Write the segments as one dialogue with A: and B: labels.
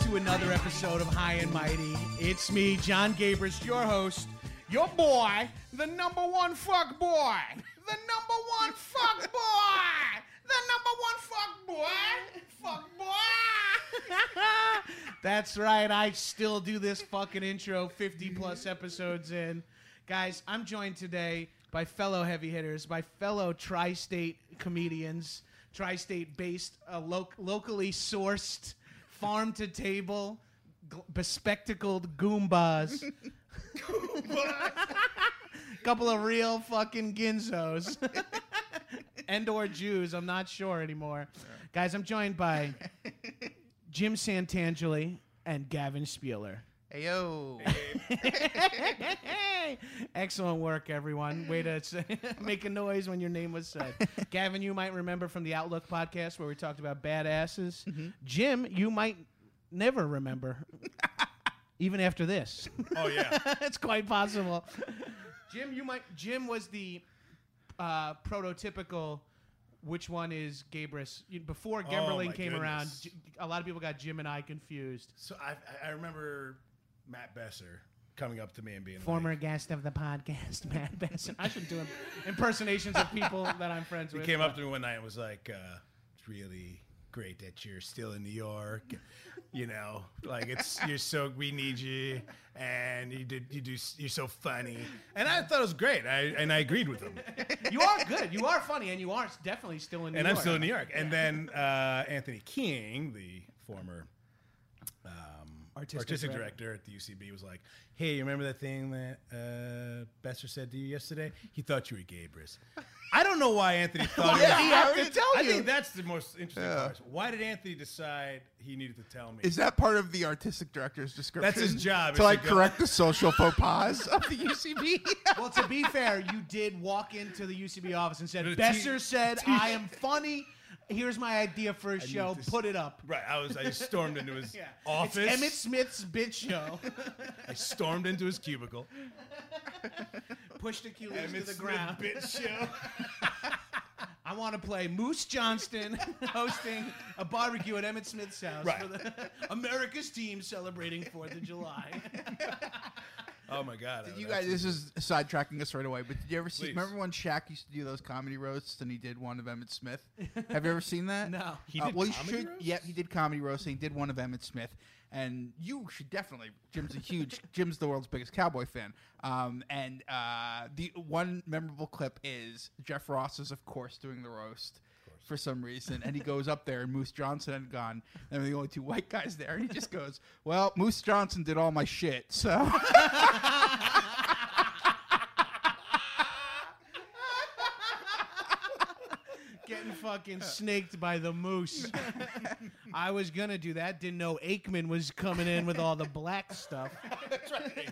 A: to another episode of High and Mighty. It's me, John Gabris, your host, your boy, the number one fuck boy, the number one fuck boy, the number one fuck boy, fuck boy. That's right, I still do this fucking intro 50 plus episodes in. Guys, I'm joined today by fellow heavy hitters, by fellow tri state comedians, tri state based, uh, lo- locally sourced, farm to table, gl- bespectacled Goombas. Couple of real fucking Ginzos. and or Jews, I'm not sure anymore. Guys, I'm joined by Jim Santangeli and Gavin Spieler.
B: Hey yo.
A: Excellent work, everyone. Way to say, make a noise when your name was said. Gavin, you might remember from the Outlook podcast where we talked about badasses. Jim, you might never remember, even after this.
C: Oh yeah.
A: it's quite possible. Jim, you might. Jim was the uh, prototypical. Which one is Gabris? You- Before Gemberling
C: my
A: came around,
C: goodness.
A: J- a lot of people got Jim and I confused.
C: So I I remember Matt Besser coming up to me and being
A: Former
C: Like,
A: guest of the podcast, Matt Besson. I should do im- impersonations of people that I'm friends
C: he
A: with.
C: came up to me one night and was like, uh, "It's really great that you're still in New York. You know, like it's you're so we need you, and you did you do s- you're so funny." And I thought it was great. I and I agreed with him.
A: You are good. You are funny, and you are s- definitely still in New
C: and
A: York.
C: I'm still in New York. And then uh, Anthony King, the former um,
A: Artistic
C: artistic,
A: director.
C: director. at the UCB, was like, "Hey, you remember that thing that uh, Besser said to you yesterday? He thought you were Gabris." I don't know why Anthony thought.
B: Yeah,
C: he
B: I
C: was-
B: already tell
C: I
B: you.
C: think that's the most interesting
B: Yeah.
C: part. Why did Anthony decide he needed to tell me?
B: Is that part of the artistic director's description?
C: That's his job,
B: To
C: is
B: like
C: to go-
B: correct the social faux pas of the UCB.
A: Well, to be fair, you did walk into the UCB office and said,
C: The t-
A: Besser said, I am funny. Here's my idea for a show.
C: need to
A: Put it up.
C: right? I was. I stormed into his
A: Yeah.
C: office.
A: It's Emmett Smith's bitch show.
C: I stormed into his cubicle.
A: Push the Q to
C: Emmett
A: the
C: Smith
A: ground.
C: bitch show.
A: I want to play Moose Johnston hosting a barbecue at Emmett Smith's house
C: Right.
A: for the America's team celebrating 4th of July.
C: Oh my god! I
B: Did
C: would
B: you guys,
C: absolutely-
B: this is sidetracking us right away, but did you ever see?
C: Please.
B: Remember when Shaq used to do those comedy roasts and he did one of Emmett Smith? Have you ever seen that?
A: No.
C: He
B: Uh,
C: did
B: well, you
C: comedy
B: should.
C: roasts?
B: Yep, he did comedy roasts. and He did one of Emmett Smith, and you should definitely. Jim's a huge. Jim's the world's biggest cowboy fan. Um, and uh, the one memorable clip is Jeff Ross is of course doing the roast. For some reason, and he goes up there, and Moose Johnson had gone, and there were the only two white guys there, and he just goes, "Well, Moose Johnson did all my shit, so."
A: Getting fucking snaked by the moose. I was going to do that. Didn't know Aikman was coming in with all the black stuff.
C: That's right.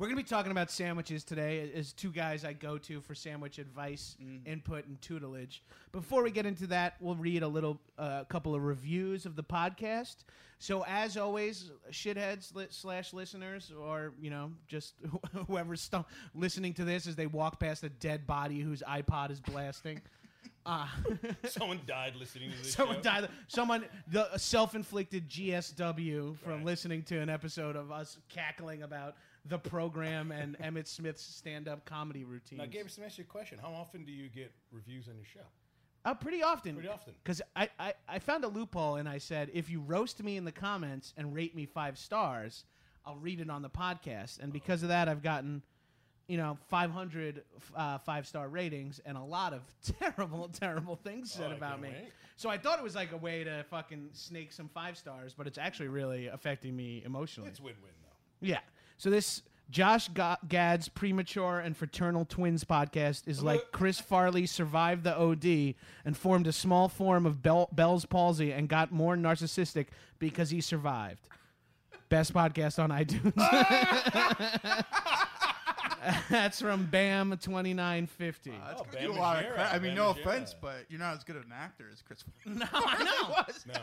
A: We're going to be talking about sandwiches today as two guys I go to for sandwich advice, input, and tutelage. Before we get into that, we'll read a little, uh, a couple of reviews of the podcast. So as always, shitheads li- slash listeners, or you know, just whoever's stu- listening to this as they walk past a dead body whose iPod is blasting. Uh,
C: Someone died listening to this.
A: Someone
C: show.
A: died. Someone the self-inflicted GSW from listening to an episode of us cackling about the program and Emmett Smith's stand-up comedy routine.
C: Now, Gabe, some ask you a question. How often do you get reviews on your show?
A: Uh, pretty often.
C: Pretty often.
A: Because I, I, I found a loophole and I said, if you roast me in the comments and rate me five stars, I'll read it on the podcast. And because of that, I've gotten, you know, 500 uh, five star ratings and a lot of terrible, terrible things said
C: Oh, I
A: about
C: can't
A: me.
C: wait.
A: So I thought it was like a way to fucking snake some five stars, but it's actually really affecting me emotionally.
C: It's win-win though.
A: yeah. So this. Josh Ga- Gad's premature and fraternal twins podcast is like Chris Farley survived the OD and formed a small form of Bell- Bell's palsy and got more narcissistic because he survived. Best podcast on iTunes. That's from Bam twenty nine fifty.
B: That's
C: Oh,
B: gonna get
C: Bam
B: a lot of
C: Margera,
B: credit. I mean,
C: Bam
B: no
C: Margera.
B: offense, but you're not as good of an actor as Chris. No,
C: No.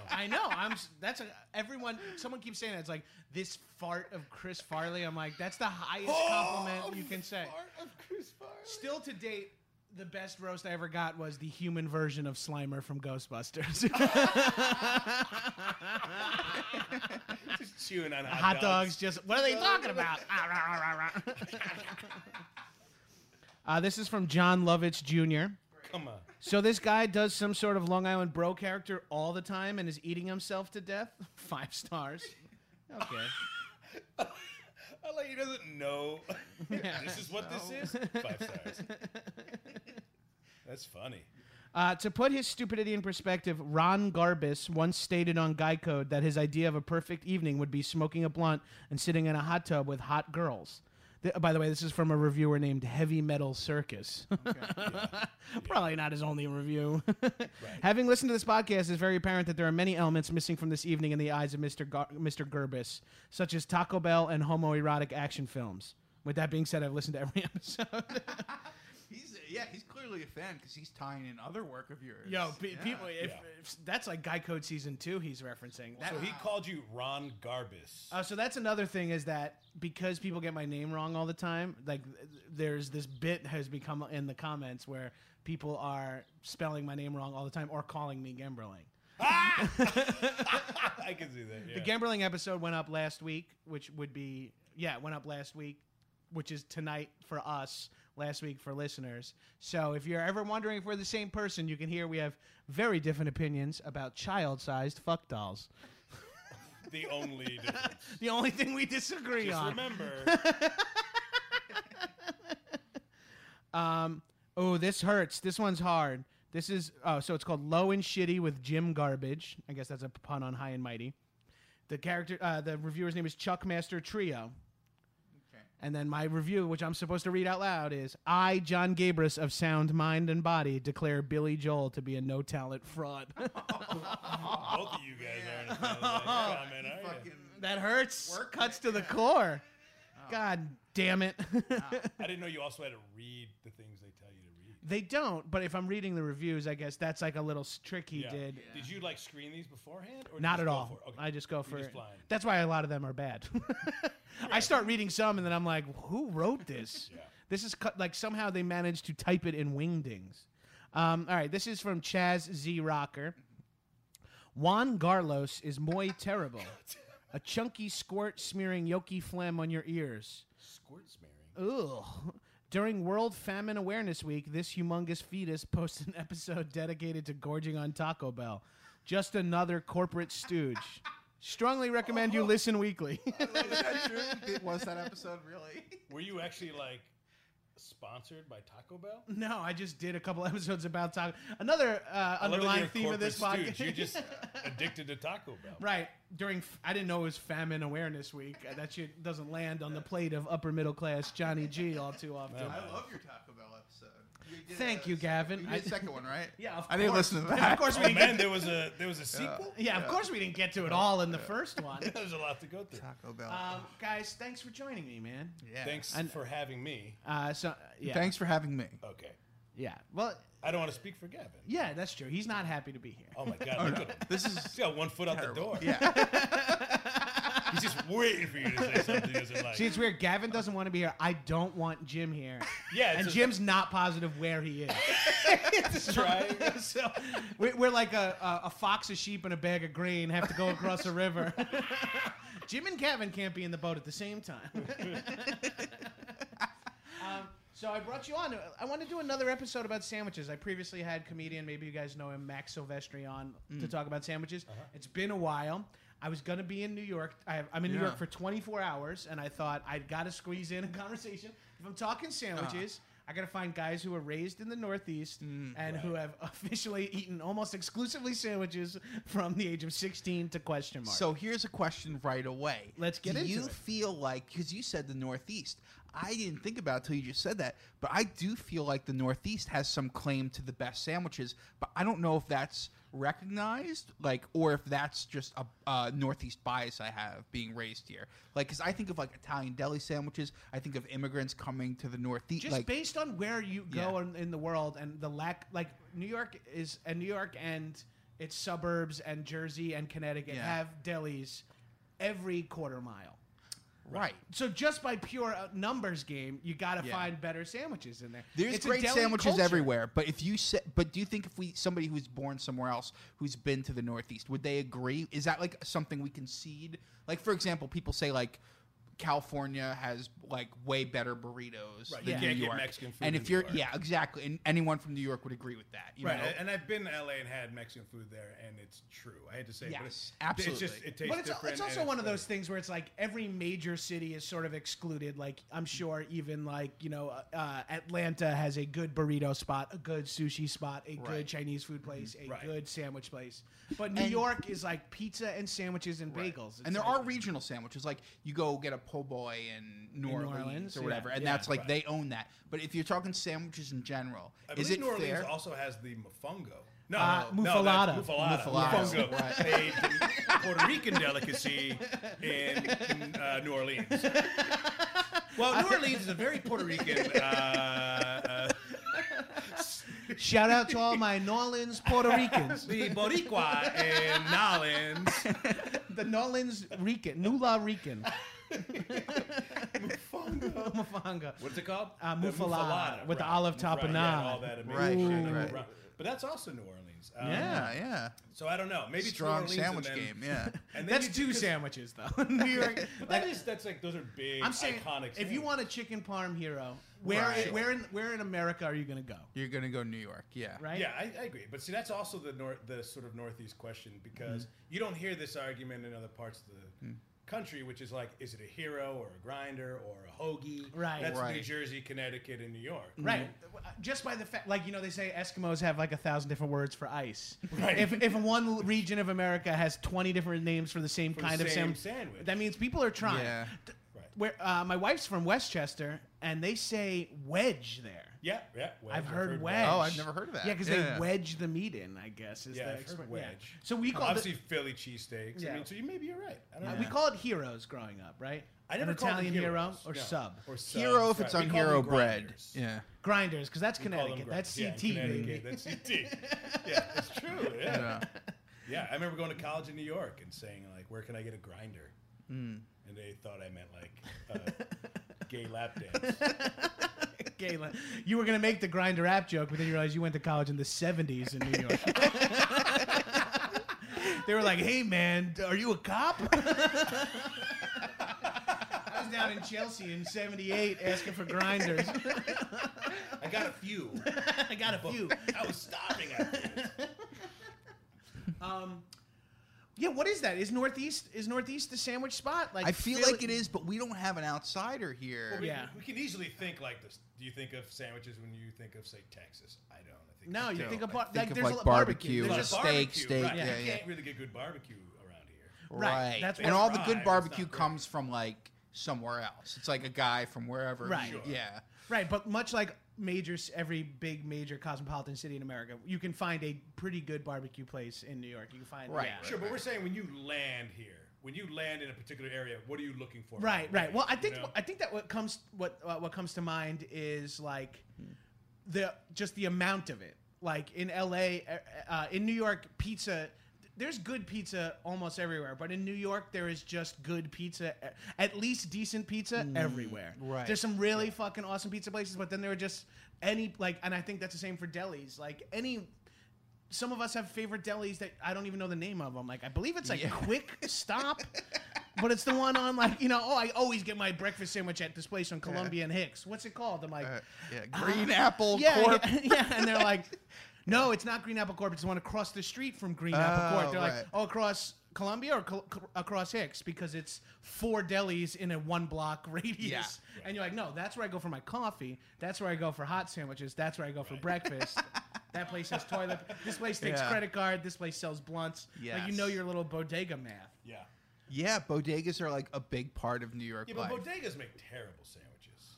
A: I know. I'm. s- That's a, everyone. Someone keeps saying that. It's like this fart of Chris Farley. I'm like, that's the highest
C: Oh,
A: compliment you can say. Still to date, the best roast I ever got was the human version of Slimer from Ghostbusters.
C: Just chewing on hot,
A: Hot dogs, just what are they talking about? Ah, rah, rah, rah, rah. uh, this is from John Lovitz Jr.
C: Come on.
A: So this guy does some sort of Long Island bro character all the time and is eating himself to death. Five stars. Okay.
C: I like he doesn't know. this is what this is. Five stars. That's funny.
A: Uh, to put his stupidity in perspective, Ron Garbus once stated on Guy Code that his idea of a perfect evening would be smoking a blunt and sitting in a hot tub with hot girls. Th- by the way, this is from a reviewer named Heavy Metal Circus. Probably not his only review. Having listened to this podcast, it's very apparent that there are many elements missing from this evening in the eyes of Mr. Gar- Mr. Gerbis, such as Taco Bell and homoerotic action films. With that being said, I've listened to every episode.
B: he's yeah, he's clearly a fan because he's tying in other work of yours.
A: Yo, pe-
B: Yeah.
A: people, if,
C: Yeah.
A: if- that's like Guy Code season two. He's referencing. That,
C: So he called you Ron Garbus.
A: uh, so that's another thing is that because people get my name wrong all the time, like th- there's this bit has become in the comments where people are spelling my name wrong all the time or calling me Gemberling.
C: Ah! I can see that. Yeah.
A: The Gemberling episode went up last week, which would be yeah, it went up last week, which is tonight for us, last week for listeners. So if you're ever wondering if we're the same person, you can hear we have very different opinions about child-sized fuck dolls.
C: the only difference.
A: The only thing we disagree
C: Just
A: on.
C: remember.
A: Oh, this hurts. This one's hard. This is oh, so it's called Low and Shitty with Jim Garbage. I guess that's a pun on High and Mighty. The character, uh, the reviewer's name is Chuck Master Trio.
B: Okay.
A: And then my review, which I'm supposed to read out loud, is I, John Gabris of Sound Mind and Body, declare Billy Joel to be a no talent fraud.
C: both of you guys aren't a fan of that comment, are you?
B: fucking.
A: that hurts.
B: Work
A: Cuts to the core. God damn it.
C: I didn't know you also had to read the things they tell you to read.
A: they don't, but if I'm reading the reviews, I guess that's like a little s- trick he
C: Yeah.
A: did.
C: Did you like screen these beforehand? Or
A: Not
C: just
A: at
C: go
A: all.
C: for it? Okay.
A: I just go for
C: just
A: it.
C: blind.
A: That's why a lot of them are bad. I start reading some and then I'm like, who wrote this?
C: Yeah.
A: This is cut, like somehow they managed to type it in wingdings. Um, all right, this is from Chaz Z Rocker. Juan Garlos is muy terrible. A chunky squirt smearing yoki phlegm on your ears.
C: Squirt smearing.
A: Ugh. During World Famine Awareness Week, this humongous fetus posted an episode dedicated to gorging on Taco Bell. Just another corporate stooge. Strongly recommend you listen weekly.
B: Is that true? It was that episode really?
C: Were you actually like sponsored by Taco Bell?
A: no, I just did a couple episodes about Taco. Another uh,
C: I love that
A: underlying
C: you're a
A: theme of this
C: corporate
A: podcast.
C: stooge. You're just addicted to Taco Bell.
A: right during. F- I didn't know it was Famine Awareness Week. Uh, That shit doesn't land on the plate of upper middle class Johnny G all too often.
C: No.
B: I love your Taco Bell episode.
A: Thank you, Gavin.
B: You
A: I-
B: did the second one, right?
A: yeah, of
B: I didn't
A: course.
B: listen to that.
A: Of course, we
D: Oh
A: didn't get
D: man, there was a there was a sequel.
A: Yeah, of course we didn't get to it all in the first one.
D: There's a lot to go through.
B: Taco Bell.
A: Um, guys, thanks for joining me, man.
B: yeah.
D: Thanks
A: And-
D: for having me.
A: Uh, so yeah,
B: Thanks for having me.
D: Okay,
A: Yeah, well,
D: I don't want to speak for Gavin.
A: yeah, that's true. He's not happy to be here.
D: Oh my God, look at him.
B: This is
D: He's got one foot out the door.
B: yeah.
D: He's just waiting for you to say something he doesn't like.
A: See, it's weird. Gavin doesn't want to be here. I don't want Jim here,
D: yeah, it's
A: and
D: a-
A: Jim's not positive where he is.
D: trying.
A: so we- we're like a, a, a fox, a sheep, and a bag of grain have to go across a river. Jim and Gavin can't be in the boat at the same time. um, so I brought you on. I want to do another episode about sandwiches. I previously had comedian, maybe you guys know him, Max Silvestri, on
D: Mm.
A: to talk about sandwiches.
D: Uh-huh.
A: It's been a while. I was gonna be in New York. I, I'm in New York
B: Yeah.
A: for 24 hours, and I thought I'd gotta squeeze in a conversation. If I'm talking sandwiches,
B: Uh-huh.
A: I gotta find guys who were raised in the Northeast
B: Mm,
A: and who have officially eaten almost exclusively sandwiches from the age of 16 to question mark.
B: So here's a question right away.
A: Let's get
B: Do
A: into
B: you
A: it.
B: feel like because you said the Northeast, I didn't think about it till you just said that, but I do feel like the Northeast has some claim to the best sandwiches, but I don't know if that's recognized, like, or if that's just a uh, Northeast bias I have being raised here. Like, because I think of like Italian deli sandwiches, I think of immigrants coming to the Northeast,
A: just
B: like,
A: based on where you go
B: Yeah.
A: in, in the world and the lack like new york is and new york and its suburbs and jersey and connecticut
B: Yeah.
A: have delis every quarter mile
B: right.
A: so just by pure uh, numbers game you gotta
B: Yeah.
A: find better sandwiches in there
B: There's
A: It's a
B: great
A: deli
B: sandwiches
A: culture.
B: everywhere, but if you say, but do you think if we somebody who's born somewhere else who's been to the Northeast would they agree? Is that like something we concede? Like for example, people say like California has like way better burritos
D: Right, you
B: than
A: can't
B: New
D: get
B: York,
D: Mexican food
B: and
D: in
B: if
D: New
B: you're
D: York.
B: yeah exactly, and anyone from New York would agree with that. You
C: Right,
B: know?
C: and I've been to LA and had Mexican food there, and it's true. I had to say, but
B: Yes,
C: it's, It's
B: absolutely.
C: just it tastes
A: but it's,
C: different.
A: it's
C: and
A: also one of
C: better.
A: those things where it's like every major city is sort of excluded. Like I'm sure even like you know uh, Atlanta has a good burrito spot, a good sushi spot, a good
B: Right.
A: Chinese food place, a
C: Right.
A: good sandwich place. But New
B: And-
A: York is like pizza and sandwiches and bagels. It's
B: and there
A: like-
B: are regional sandwiches. Like you go get a po' boy in New,
A: New
B: Orleans,
A: Orleans,
B: or
A: yeah,
B: whatever, and
A: yeah,
B: that's like
C: right.
B: they own that. But if you're talking sandwiches in general,
C: I
B: is
C: believe
B: it
C: New Orleans
B: fair?
C: also has the mofongo. No,
A: Uh,
C: no, that's
A: muffalata.
C: Muffalata.
B: Muffalata,
C: Mofongo.
B: right.
C: They- the Puerto Rican delicacy in uh, New Orleans. Well, New Orleans is a very Puerto Rican. Uh,
A: Shout out to all my New Orleans Puerto
C: uh,
A: Ricans,
C: the Boricua in Nolans.
A: the New Orleans Rican, Nula Rican,
C: Mofongo.
A: Mufanga.
D: What's it called?
A: Uh,
C: The
A: mufalada, with the olive
C: Right, yeah,
A: tapenade.
C: all that amazing
B: Right,
C: shit.
B: right, right.
C: Right. But that's also New Orleans. Um,
A: Yeah.
B: yeah, yeah.
C: So I don't know. Maybe it's New
B: Strong
C: Orleans and
B: sandwich
C: then-
B: game. Yeah.
C: And then
A: That's
C: you do-
A: two
C: 'cause-
A: sandwiches though. New York.
C: But that is that's like those are big
A: I'm saying,
C: iconic.
A: if you
C: sandwiches.
A: want a chicken parm hero, where
B: Right.
A: where in where in America are you gonna go?
B: You're gonna go New York, yeah.
A: Right?
C: Yeah, I, I agree. But see, that's also the nor- the sort of northeast question because
A: Mm-hmm.
C: you don't hear this argument in other parts of
B: Hmm.
C: the country, which is like, is it a hero or a grinder or a hoagie?
A: Right.
C: That's New
B: Right.
C: Jersey, Connecticut, and New York.
A: Right. Just by the fact, like you know, they say Eskimos have like a thousand different words for ice.
C: Right.
A: If if one region of America has twenty different names for the same
C: the
A: kind of
C: same
A: sam-
C: sandwich.
A: that means people are trying.
B: Yeah.
A: D-
C: Right.
A: Where uh, my wife's from Westchester, and they say wedge there.
C: Yeah, yeah. wedge.
A: I've heard wedge.
B: Oh, I've never heard of that.
A: Yeah, because
B: Yeah.
A: they wedge the meat in. I guess is
C: Yeah,
A: the
C: I've heard
A: expert- yeah.
C: wedge.
A: So we call
C: Obviously,
A: it,
C: Philly cheesesteaks.
A: Yeah.
C: I mean, so you maybe you're right. I don't know.
A: Uh, we call it heroes growing up, right?
C: I never
A: An
C: called them
A: Italian hero
C: heroes,
A: or
C: no.
A: sub.
C: Or subs,
B: Hero if
C: right.
B: it's
C: We
B: on
C: call them
B: hero bread.
C: grinders.
B: Yeah.
A: Grinders, because that's
C: Call them
A: Connecticut.
C: grinders.
A: That's
C: Yeah, in
A: CT, baby.
C: Connecticut, That's CT. yeah, it's true. yeah.
B: Yeah.
C: Yeah, I remember going to college in New York and saying like, "Where can I get a grinder?"
B: Hmm.
C: And they thought I meant like uh, gay lap dance.
A: Galen, you were gonna make the grinder app joke, but then you realized you went to college in the '70s in New York. they were like, "Hey, man, are you a cop?" I was down in Chelsea in '78 asking for grinders.
C: I got a few.
A: I got a few.
C: I was starving after this.
A: Um, yeah, what is that? Is Northeast is Northeast the sandwich spot? Like
B: I feel like it is, but we don't have an outsider here.
A: Yeah.
C: We can easily think like this. Do you think of sandwiches when you think of say Texas? I don't. I think
A: No,
C: it's
A: you
C: dope.
A: think
B: I
A: about
B: think
A: like
B: of,
A: there's a
B: like,
A: lot-
B: barbecue,
A: There's
C: Like
A: a
B: like
A: bar-
B: steak,
C: barbecue,
B: steak,
C: Right.
B: yeah,
C: you
B: yeah.
C: can't really get good barbecue around here.
B: Right.
A: that's
B: and
A: what-
B: all the
C: Fried,
B: good
C: it's
B: barbecue
C: not great.
B: comes from like somewhere else. It's like a guy from wherever.
A: Right.
B: Yeah.
A: Right, but much like major, s- every big major cosmopolitan city in America, you can find a pretty good barbecue place in New York. You can find
B: Right.
A: yeah.
C: Sure, but we're saying when you land here, when you land in a particular area, what are you looking for?
A: Right, right. Well, I
C: You
A: think
C: know?
A: I think that what comes what uh, what comes to mind is like the just the amount of it. Like in L.A., uh, uh, in New York, pizza. There's good pizza almost everywhere, but in New York, there is just good pizza, uh, at least decent pizza everywhere.
E: right.
A: There's some really fucking awesome pizza places, but then there are just any like, and I think that's the same for delis. Like any some of us have favorite delis that I don't even know the name of them. Like I believe it's like Quick Stop, but it's the one on like you know. Oh, I always get my breakfast sandwich at this place on Columbia and Hicks. What's it called? I'm like,
B: Uh, yeah, Green Apple
A: yeah,
B: Corp.
A: yeah, yeah, and they're like, no, it's not Green Apple Corp. It's the one across the street from Green Apple
B: Oh,
A: Corp. They're like,
B: right.
A: oh, across Columbia or col- col- across Hicks because it's four delis in a one block radius.
B: Yeah.
A: And you're like, no, that's where I go for my coffee. That's where I go for hot sandwiches. That's where I go for breakfast. that place has toilet. This place takes
B: Yeah.
A: credit card. This place sells blunts. Like you know
B: Yes.
A: your little bodega math.
C: Yeah.
B: Yeah, bodegas are like a big part of New York
C: Yeah,
B: life.
C: but bodegas make terrible sandwiches.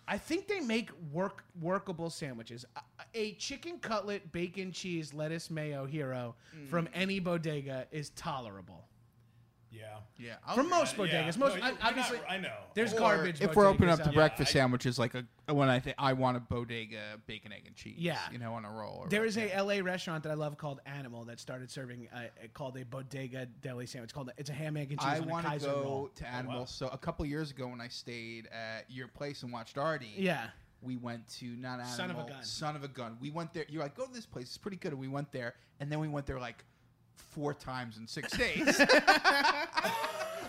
A: I think they make work workable sandwiches. A, a chicken cutlet, bacon, cheese, lettuce, mayo hero
B: Mm.
A: from any bodega is tolerable.
C: Yeah.
B: yeah, I'll
A: From
B: agree.
A: most
C: Yeah.
A: bodegas,
C: No,
A: most
C: you-
A: I,
C: you're not-
A: obviously.
C: I know.
A: there's
B: Or
A: garbage.
B: If we're opening
A: bodegas
B: up the
A: out there.
B: breakfast
C: I-
B: sandwiches, like a when I think I want a bodega bacon egg and cheese.
A: Yeah.
B: you know, on a roll. Or
A: There is a LA restaurant that I love called Animal that started serving uh, it called a bodega deli sandwich. It's called it's a ham egg and cheese
B: I
A: and a
B: want to
A: Kaiser
B: go
A: roll. Oh,
B: to Animal. So a couple years ago, when I stayed at your place and watched Artie,
A: Yeah,
B: we went to not Animal,
A: Son of a Gun.
B: Son of a Gun. We went there. You're like, go to this place. It's pretty good. And we went there, and then we went there like four times in six days.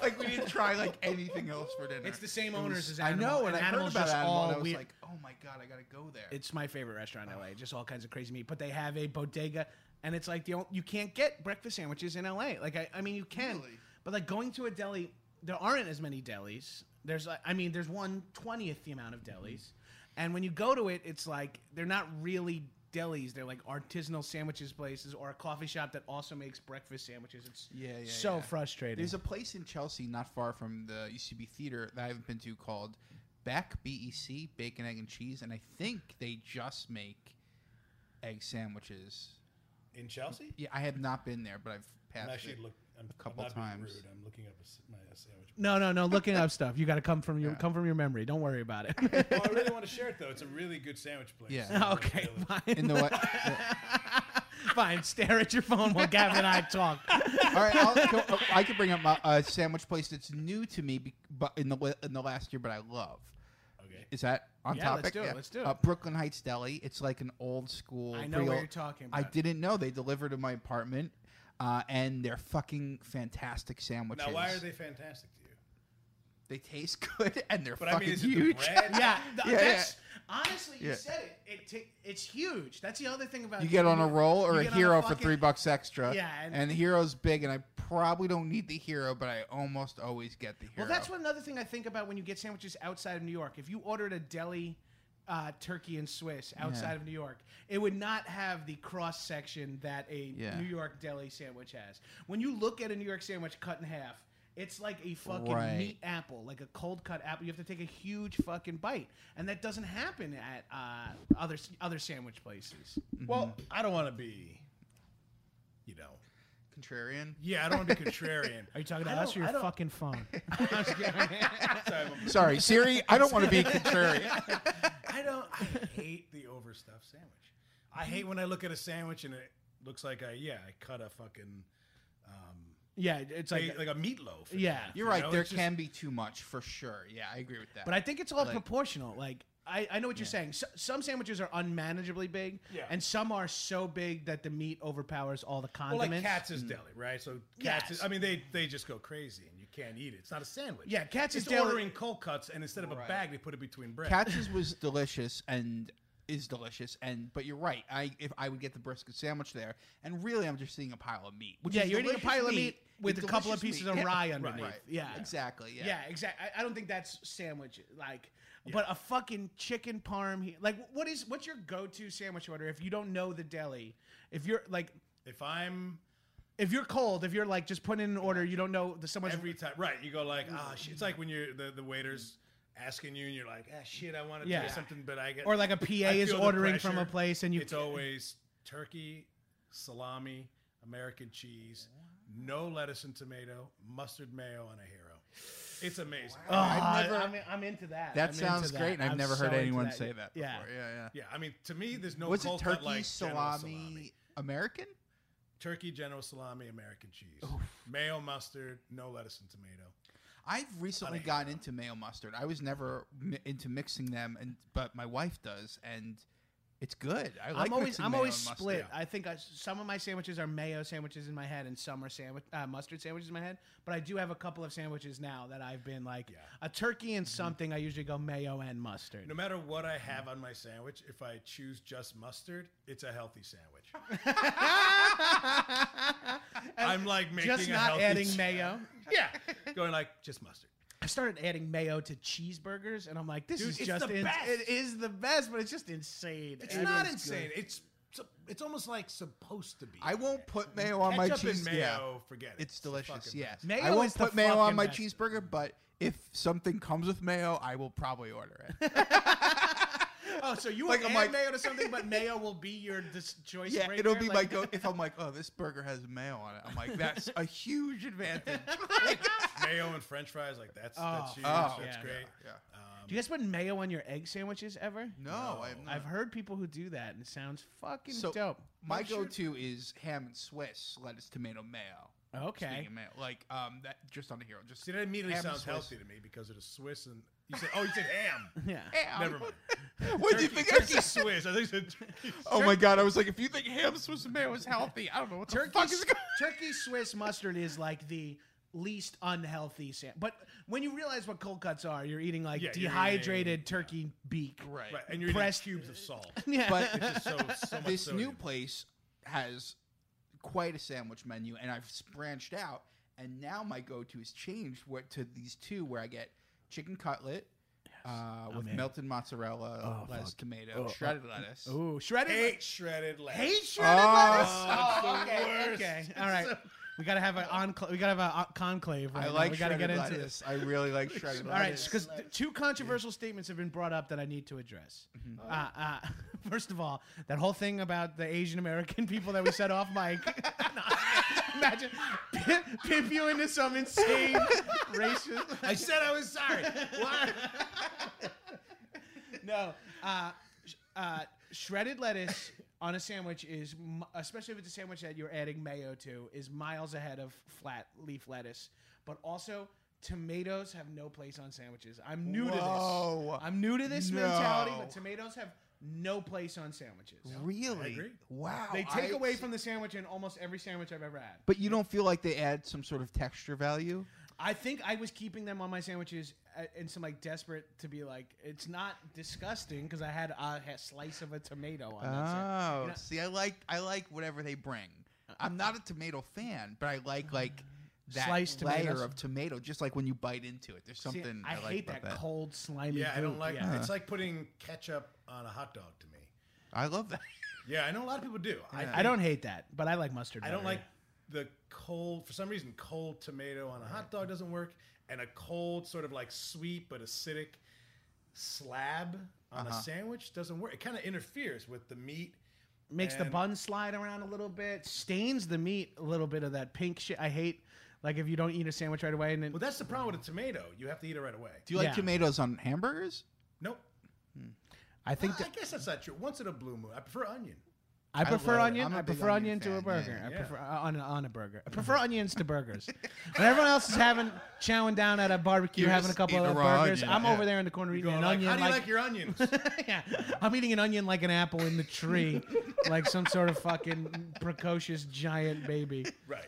B: like we didn't try like anything else for dinner.
A: It's the same
B: It
A: owners
B: was-
A: as
B: I
A: Animal,
B: know,
A: and
B: and, I heard
A: Animal's
B: about
A: just
B: Animal.
A: all
B: and I was
A: weird-
B: like, oh my god, I gotta go there.
A: it's my favorite restaurant in
B: Oh.
A: LA. Just all kinds of crazy meat, but they have a bodega, and it's like the only, you can't get breakfast sandwiches in LA. Like I, I mean, you can,
B: Really?
A: but like going to a deli, there aren't as many delis. There's, like, I mean, there's one twentieth the amount of
B: Mm-hmm.
A: delis, and when you go to it, it's like they're not really delis. They're like artisanal sandwiches places or a coffee shop that also makes breakfast sandwiches. It's
B: Yeah, yeah,
A: so
B: yeah.
A: frustrating.
B: There's a place in Chelsea, not far from the UCB theater, that I haven't been to called Beck B E C Bacon Egg and Cheese, and I think they just make egg sandwiches.
C: Oh, In Chelsea?
B: Yeah, I have not been there, but I've
C: I'm
B: passed
C: actually
B: it.
C: look, I'm, a
B: couple
C: couple I'm not times.
B: times.
C: Being rude. I'm looking up a s my uh, sandwich.
A: no, no, no. Looking up stuff. You got to come from your come from your memory. Don't worry about it.
C: Oh, I really want to share it though. It's a really good sandwich place.
B: Yeah.
C: in the
A: okay,
C: village.
A: fine.
B: in the what?
A: Fine, stare at your phone while Gavin and I talk.
B: All right, I'll, go, oh, I could bring up my uh, sandwich place that's new to me, be, but in the li- in the last year, but I love.
C: Okay.
B: Is that on
A: Yeah, let's
B: topic?
A: do it, let's do
B: Uh,
A: it.
B: Brooklyn Heights Deli. It's like an old school.
A: I know what
B: Creole-
A: you're talking
B: I
A: about.
B: didn't know they deliver to my apartment, uh, and they're fucking fantastic sandwiches.
C: Now, why are they fantastic to you?
B: They taste good and they're
C: But I
B: fucking
C: mean, is
B: huge.
C: it the bread?
A: Yeah, th-
B: Yeah,
A: that's honestly you
B: Yeah.
A: said it. It ta- it's huge. That's the other thing about
B: You get on a roll or
A: you
B: a
A: get on
B: hero for
A: fucking-
B: three bucks extra.
A: Yeah, and-
B: and, the hero's big, and I probably don't need the hero, but I almost always get the hero.
A: Well, that's one another thing I think about when you get sandwiches outside of New York. If you ordered a deli. Uh, turkey and Swiss outside
B: Yeah.
A: of New York, it would not have the cross section that a
B: Yeah.
A: New York deli sandwich has. When you look at a New York sandwich cut in half, it's like a fucking
B: Right.
A: meat apple, like a cold cut apple. You have to take a huge fucking bite, and that doesn't happen at uh, other other sandwich places.
F: Well, I don't want to be, you know.
B: contrarian.
F: Yeah, I don't want to be contrarian.
A: Are you talking
F: I
A: about us
F: don't-
A: or your
F: I don't-
A: fucking phone?
B: Sorry, Siri. I don't want to be contrarian.
F: I don't. I hate the overstuffed sandwich. I hate when I look at a sandwich and it looks like I yeah I cut a fucking
A: yeah, it's like,
F: like, like a meatloaf. in
A: Yeah.
F: half,
B: You're
F: you
B: right.
F: know?
B: there
F: It's just-
B: can be too much for sure. Yeah, I agree with that.
A: but I think it's all
B: Like-
A: proportional. Like, I, I know what you're saying. So, some sandwiches are unmanageably big,
C: Yeah.
A: and some are so big that the meat overpowers all the
F: well,
A: condiments. Mm.
F: like Katz's Deli, right? So Katz's,
A: Yes.
F: I mean, they they just go crazy and you can't eat it. It's not a sandwich.
A: Yeah, Katz's
F: it's
A: Deli-
F: ordering cold cuts and instead of a
B: Right.
F: bag they put it between bread.
B: Katz's was delicious and is delicious and but you're right I if I would get the brisket sandwich there and really I'm just seeing a pile of meat which
A: yeah,
B: is
A: you're eating a
B: delicious
A: pile of meat with
B: It's
A: a couple of
B: delicious
A: pieces
B: meat.
A: of
B: Yeah.
A: rye underneath.
F: Right.
A: Yeah.
B: exactly yeah,
A: Yeah, exactly. I, I don't think that's sandwich like, but a fucking chicken parm. He- like, what is what's your go-to sandwich order if you don't know the deli? If you're like,
F: If I'm
A: if you're cold, if you're like just putting in an order, you don't know the someone's Mm.
F: every time right, you go like ah, shit. it's like when you're the the waiters
C: asking you, and you're like, ah, shit, I want to
A: Yeah.
C: do something, but I get
A: Or like a PA
C: I
A: is
C: feel the
A: ordering from a
C: pressure.
A: place and you.
C: It's always turkey, salami, American cheese, no lettuce and tomato, mustard mayo, and a hero. It's amazing.
A: Oh,
B: I've never-
A: I'm, I'm into that. I'm
B: That
A: into
B: sounds great, and I've
A: I'm
B: never
A: so
B: heard
A: into
B: anyone
A: that.
B: say that before.
A: Yeah.
B: yeah, yeah.
C: Yeah, I mean, to me, there's no
B: was it
C: cult
B: turkey
C: that likes general
B: salami,
C: salami.
B: American?
C: Turkey, general salami, American cheese, mayo, mustard, no lettuce and tomato.
B: I've recently gotten into mayo mustard. I was never mi- into mixing them, and but my wife does, and it's good. I like
A: I'm always
B: mixing
A: I'm
B: mayo
A: always
B: and mustard.
A: split. I think I, some of my sandwiches are mayo sandwiches in my head, and some are sandwich uh, mustard sandwiches in my head. But I do have a couple of sandwiches now that I've been like
C: Yeah.
A: a turkey
B: Mm-hmm.
A: and something. I usually go mayo and mustard.
C: No matter what I have on my sandwich, if I choose just mustard, it's a healthy sandwich. I'm like making
A: Just
C: a
A: not
C: healthy
A: adding
C: sa-
A: mayo.
C: Yeah, going like just mustard.
A: I started adding mayo to cheeseburgers, and I'm like, this
C: Dude,
A: is
C: it's
A: just
C: the
A: ins-
C: best.
A: it is the best, but it's just insane.
C: It's
A: Everyone's
C: not
A: good.
C: insane. It's it's almost like supposed to be.
B: I won't put mayo on my
C: Ketchup
B: cheese.
C: and mayo,
B: Yeah,
C: forget it.
B: it's
C: the
B: delicious.
C: fucking
B: Yeah,
C: best.
A: Mayo
B: I won't
A: is the
B: put mayo on
A: fucking
B: my
A: best.
B: cheeseburger, but if something comes with mayo, I will probably order it.
A: Oh, so you
B: Like,
A: would
B: I'm
A: add
B: like-
A: mayo to something, but mayo will be your dis- choice.
B: yeah,
A: breaker?
B: it'll be my
A: Like-
B: go. If I'm like, oh, this burger has mayo on it, I'm like, that's a huge advantage.
C: mayo and French fries, like that's
A: Oh,
C: that's huge.
B: oh,
C: that's
A: yeah.
C: great. Um,
B: Yeah.
A: Do you guys put mayo on your egg sandwiches ever?
B: No, I have not.
A: I've heard people who do that, and it sounds fucking
B: So,
A: dope.
B: My
A: Mustard-
B: go-to is ham and Swiss lettuce, tomato, mayo. Speaking
A: Okay.
B: of mayo, like um, that just on the hero, just
C: See, that immediately
B: Ham and
C: sounds
B: Swiss.
C: healthy to me because of the Swiss and you said, oh, you said ham.
A: Yeah.
B: ham.
C: Never mind.
B: what do you think? I
C: Turkey
B: said?
C: Swiss. I think you said turkey.
B: Oh my god! I was like, if you think ham, Swiss, and mayo is healthy, I don't know what the fuck is
A: s-
B: going.
A: turkey Swiss mustard is like the least unhealthy sa- But when you realize what cold cuts are, you're eating like
C: Yeah, you're
A: dehydrated
C: eating-
A: turkey beak.
B: Right.
C: Right, and you're eating
A: Pressed-
C: cubes of salt.
A: Yeah.
B: But-
C: It's just so, so much
B: this new
C: sodium.
B: place has quite a sandwich menu, and I've s- branched out, and now my go-to has changed what, to these two, where I get chicken cutlet uh,
A: Oh,
B: with melted mozzarella, lettuce, tomato, shredded lettuce.
A: Ooh, shredded.
C: hate shredded lettuce.
A: Hate shredded
B: Oh,
A: lettuce.
C: it's the
A: okay.
C: worst.
A: Okay. All right. We gotta have an encla- We gotta have a uh, conclave. Right
B: I
A: now.
B: like
A: We gotta
B: shredded
A: get into this.
B: lettuce. I really like shredded
A: All right,
B: lettuce.
A: because two controversial statements have been brought up that I need to address. Uh, uh, first of all, that whole thing about the Asian American people that we set off mic. Imagine pip, pip you into some insane racist.
C: I said I was sorry. Why?
A: No, uh, sh- uh, shredded lettuce on a sandwich is, m- especially if it's a sandwich that you're adding mayo to, is miles ahead of flat leaf lettuce. But also, tomatoes have no place on sandwiches. I'm new to
B: Whoa.
A: this. I'm new to this mentality,
B: No.
A: but tomatoes have no place on sandwiches.
B: Really?
C: agree.
B: Wow.
A: They take
B: I-
A: away from the sandwich in almost every sandwich I've ever had.
B: But you don't feel like they add some sort of texture value?
A: I think I was keeping them on my sandwiches uh, in some like desperate to be like it's not disgusting because I had a ha- slice of a tomato on that sandwich.
B: Oh,
A: know- Uh-huh.
B: see, I like I like whatever they bring. I'm not a tomato fan, but I like like
A: Uh,
B: that
A: Sliced
B: layer
A: tomatoes.
B: of tomato. Just like when you bite into it, there's
A: See,
B: something
A: I,
B: like
A: hate
B: about
A: that, cold slimy.
C: Yeah, I don't
A: goop,
C: like.
A: yeah.
C: It's like putting ketchup on a hot dog to me.
B: I love that.
C: Yeah, I know a lot of people do. I,
A: I don't hate that, but I like mustard.
C: I don't
A: better.
C: like the cold. For some reason, cold tomato on a hot dog doesn't work, and a cold sort of like sweet but acidic slab on a sandwich doesn't work. It kind of interferes with the meat.
A: Makes the
C: and-
A: bun slide around a little bit, stains the meat a little bit of that pink shit. I hate like if you don't eat a sandwich right away and then
C: Well, that's the problem with a tomato. You have to eat it right away.
B: Do you like
A: Yeah.
B: tomatoes on hamburgers?
C: Nope.
A: I think
C: Well,
A: that,
C: I guess that's not true. Once in a blue moon, I prefer onion.
A: I prefer
B: love it.
A: onion.
B: I'm a
A: I
B: big
A: prefer onion,
B: onion
A: to a
B: fan, yeah,
A: burger. I
C: yeah.
A: prefer uh, on a, on a burger. I prefer onions to burgers. When everyone else is having chowing down at a barbecue,
B: You're
A: having a
B: just
A: couple
B: eating
A: of
B: a raw
A: burgers,
B: onion,
A: I'm
B: yeah.
A: over there in the corner eating
C: Going
A: an
C: like,
A: onion.
C: how do you
A: like-
C: like your onions?
A: yeah, I'm eating an onion like an apple in the tree, like some sort of fucking precocious giant baby.
C: right.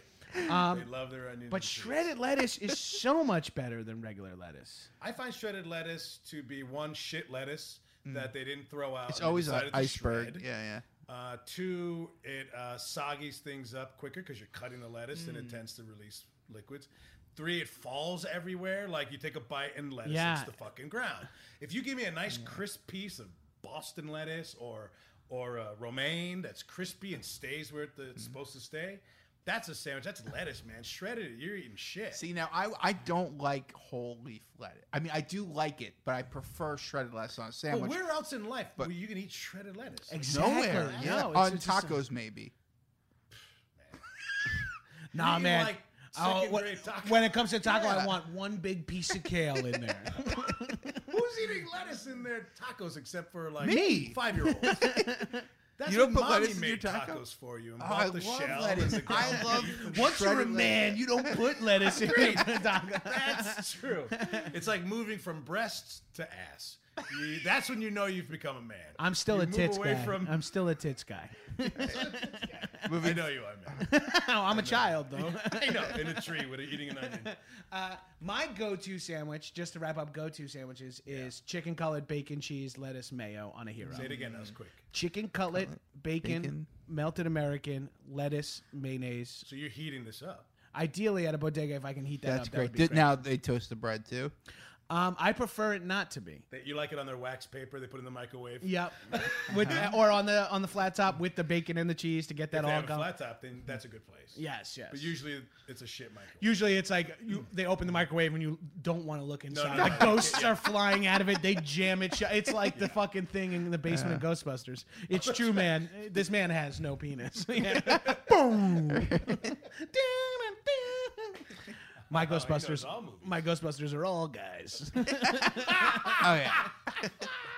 A: Um,
C: they love their onions.
A: but
C: and tomatoes.
A: shredded lettuce is so much better than regular lettuce.
C: I find shredded lettuce to be one shit lettuce that they didn't throw out.
B: It's
C: and they
B: always an
C: decided to
B: iceberg.
C: shred.
B: Yeah, yeah.
C: Uh, two, it uh, soggies things up quicker because you're cutting the lettuce and it tends to release liquids. Three, it falls everywhere. Like you take a bite and lettuce
A: Yeah.
C: hits the fucking ground. If you give me a nice crisp piece of Boston lettuce or or uh, romaine that's crispy and stays where it- it's supposed to stay, That's a sandwich. That's lettuce, man. Shredded it. You're eating shit.
B: See now, I I don't like whole leaf lettuce. I mean, I do like it, but I prefer shredded lettuce on a
C: but
B: sandwich.
C: where else in life
B: But-
C: where you can eat shredded lettuce?
B: Nowhere,
A: Exactly.
B: yeah,
A: No, it's-
B: on
A: it's just a-
B: tacos maybe.
A: Nah,
C: You
A: man.
C: like
A: Oh,
C: second
A: wh-
C: grade tacos.
A: when it comes to taco, I
B: Yeah.
A: want one big piece of kale in there.
C: Who's eating lettuce in their tacos except for like
B: Me.
C: five year olds? That's
B: You
C: what
B: don't put
C: mommy
B: lettuce in your
C: made
B: taco?
C: tacos for you and
B: Oh,
C: bought
B: I
C: the
B: love
C: shell.
B: lettuce.
C: and the
B: I
C: ground.
B: love
A: Once you're a
B: shredded
A: man, you don't put lettuce in your taco.
C: That's true. It's like moving from breasts to ass. You, that's when you know you've become a man.
A: I'm still
C: You
A: a
C: move
A: tits
C: away
A: guy.
C: From,
A: I'm still a tits guy.
C: I know you are, man.
A: No, Oh, I'm a child though.
C: I know.
G: in a tree with a, eating an onion.
A: Uh, my go-to sandwich, just to wrap up go-to sandwiches, is chicken cutlet, bacon, cheese, lettuce, mayo on a hero.
C: Say it again. That was quick.
A: Chicken cutlet, bacon,
B: bacon.
A: melted American, lettuce, mayonnaise.
C: So you're heating this up.
A: Ideally at a bodega if I can heat that
B: That's
A: up.
B: great.
A: That would be
B: Did-
A: great.
B: Now they toast the bread too.
A: um, I prefer it not to be.
C: That you like it on their wax paper they put in the microwave.
A: Yep. with or on the on the flat top with the bacon and the cheese to get that
C: If they
A: all
C: have a
A: going.
C: flat top, then that's a good place.
A: yes, yes.
C: But usually it's a shit microwave.
A: Usually it's like you, they open the microwave and you don't want to look inside.
C: no,
A: the
C: no, no.
A: ghosts are flying out of it. They jam it shut. It's like the fucking thing in the basement of Ghostbusters. It's true, man. This man has no penis. Yeah. Boom. Damn it. damn. My Ghostbusters,
C: all movies.
A: my Ghostbusters are all guys.
B: Oh yeah.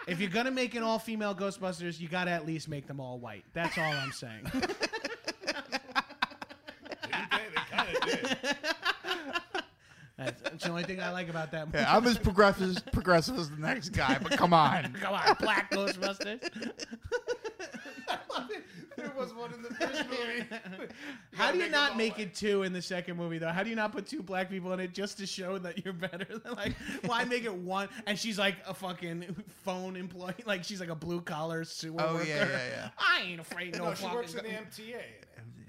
A: if you're gonna make an all-female Ghostbusters, you gotta at least make them all white. That's all I'm saying.
G: Didn't they? They kind of did.
A: That's, that's the only thing I like about that movie.
B: Yeah, I'm as progressive as progressive as the next guy, but come on.
A: Come on, black Ghostbusters.
C: There was one in the first movie.
A: How do you
C: make
A: not
C: them
A: make
C: all
A: it two in the second movie though? How do you not put two black people in it just to show that you're better? Than, like, why make it one? And she's like a fucking phone employee. Like she's like a blue collar sewer
B: Oh,
A: worker.
B: yeah, yeah, yeah.
A: I ain't afraid no,
C: No, she
A: fucking.
C: works in the
A: go-
C: MTA.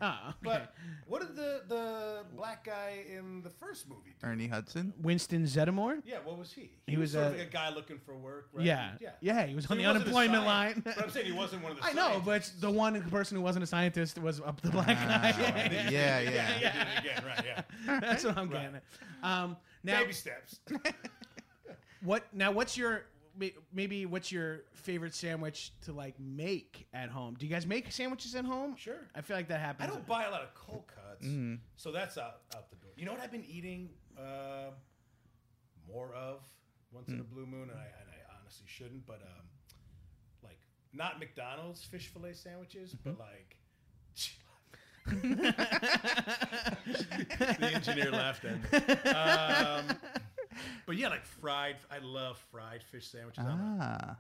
A: Oh, okay.
C: But what did the the black guy in the first movie do?
B: Ernie Hudson.
A: Winston Zeddemore.
C: Yeah, what was he?
A: He was
C: sort of
A: a-
C: like a guy looking for work, right?
A: Yeah.
C: yeah.
A: Yeah, he was on
C: he
A: the
C: wasn't a
A: unemployment line.
C: scientist. But I'm saying he wasn't one of the.
A: I know,
C: scientists.
A: but the one person who wasn't a scientist was up the black
C: Ah,
A: guy.
B: Yeah, yeah.
C: He did it again, right? Yeah.
A: That's what I'm getting at. Um, now,
C: Baby steps.
A: What now? What's your may- maybe? What's your favorite sandwich to like make at home? Do you guys make sandwiches at home?
C: Sure.
A: I feel like that
C: I
A: happens.
C: don't buy a lot of cold cuts,
A: Mm.
C: so that's out out the door. You know what I've been eating uh, more of once
A: Mm.
C: in a blue moon, and I, and I honestly shouldn't, but um, like not McDonald's fish fillet sandwiches,
A: Mm-hmm.
C: but like. the engineer laughed at me. Um, but yeah, like fried. I love fried fish sandwiches. I'm a
B: Ah.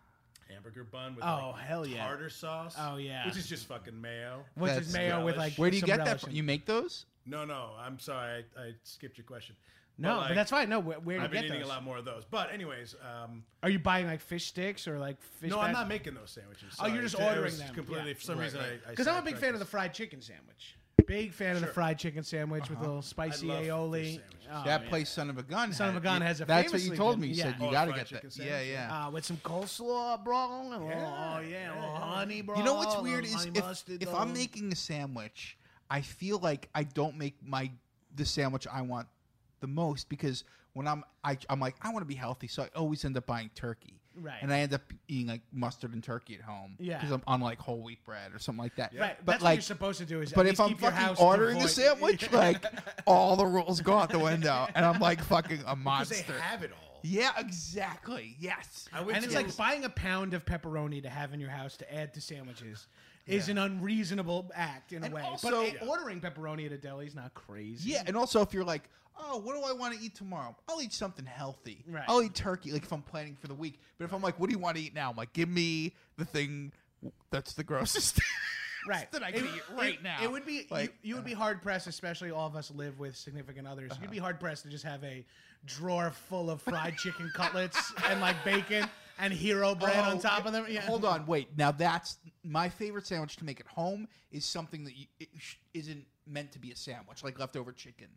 C: hamburger bun with
A: Oh,
C: like
A: hell yeah.
C: tartar sauce.
A: Oh, yeah.
C: which is just fucking mayo.
A: Which
B: That's-
A: is mayo with
C: relish.
A: like.
B: Where do you
A: some
B: get that
A: relish
B: from?
A: in-
B: You make those?
C: No, no, I'm sorry, I, I skipped your question.
A: no,
C: like,
A: but that's fine. No, where, where do you
C: I've been
A: get
C: eating
A: those?
C: a lot more of those. But anyways, um,
A: Are you buying like fish sticks or like fish?
C: no, I'm not making those sandwiches.
A: Oh, you're
C: Sorry.
A: just
C: It was
A: ordering them.
C: Completely.
A: Yeah.
C: For some
B: Right,
C: reason,
B: right.
C: I
A: Because I'm a big fan of the
C: sidetracked
A: fried chicken sandwich. Big fan of the
C: Sure.
A: fried chicken sandwich with a little spicy
C: love fish
A: aioli.
C: sandwiches.
A: Oh,
B: Uh-huh. that
A: yeah.
B: place, Son of a Gun.
A: Son of
B: had
A: a Gun
B: it.
A: has a
B: That's what you
A: famously
B: told
A: good-
B: me. You said
A: yeah.
B: you
C: Oh,
B: got to
C: fried
B: get
C: chicken
B: that. Yeah,
C: sandwich,
B: yeah.
A: Uh, with some coleslaw, bro. Oh, yeah, a little honey, bro.
B: you know what's
A: a
B: weird
A: little
B: is
A: honey
B: if,
A: mustard, um,
B: if I'm
A: though.
B: making a sandwich, I feel like I don't make my the sandwich I want the most because when I'm I, I'm like I want to be healthy, so I always end up buying turkey.
A: Right.
B: And I end up eating like mustard and turkey at home.
A: Yeah.
B: Because I'm on like whole wheat bread or something like that.
A: Right,
B: But
A: that's what
B: like,
A: you're supposed to do. Is at
B: but
A: least
B: if I'm
A: keep your
B: fucking
A: house
B: ordering a
A: devoid.
B: sandwich, like all the rules go out the window, and I'm like fucking a
C: because they
B: monster.
C: have it all.
B: Yeah, exactly. Yes.
C: I went
A: and it's
C: to-
A: like buying a pound of pepperoni to have in your house to add to sandwiches is an unreasonable act in a way. but
B: also-
A: a- ordering pepperoni at a deli is not crazy.
B: Yeah, and also if you're like, oh, what do I want to eat tomorrow? I'll eat something healthy.
A: Right.
B: I'll eat turkey, like if I'm planning for the week. But if I'm like, what do you want to eat now? I'm like, give me the thing that's the grossest.
A: right.
B: that I could eat right now.
A: It would be
B: Like, uh-huh.
A: you, you would be hard pressed, especially all of us live with significant others. You'd be hard pressed to just have a drawer full of fried chicken cutlets and like bacon and hero bread on
B: Oh,
A: top of them. Yeah.
B: Hold on, wait. Now that's my favorite sandwich to make at home is something that you, it sh- isn't meant to be a sandwich, like leftover chicken.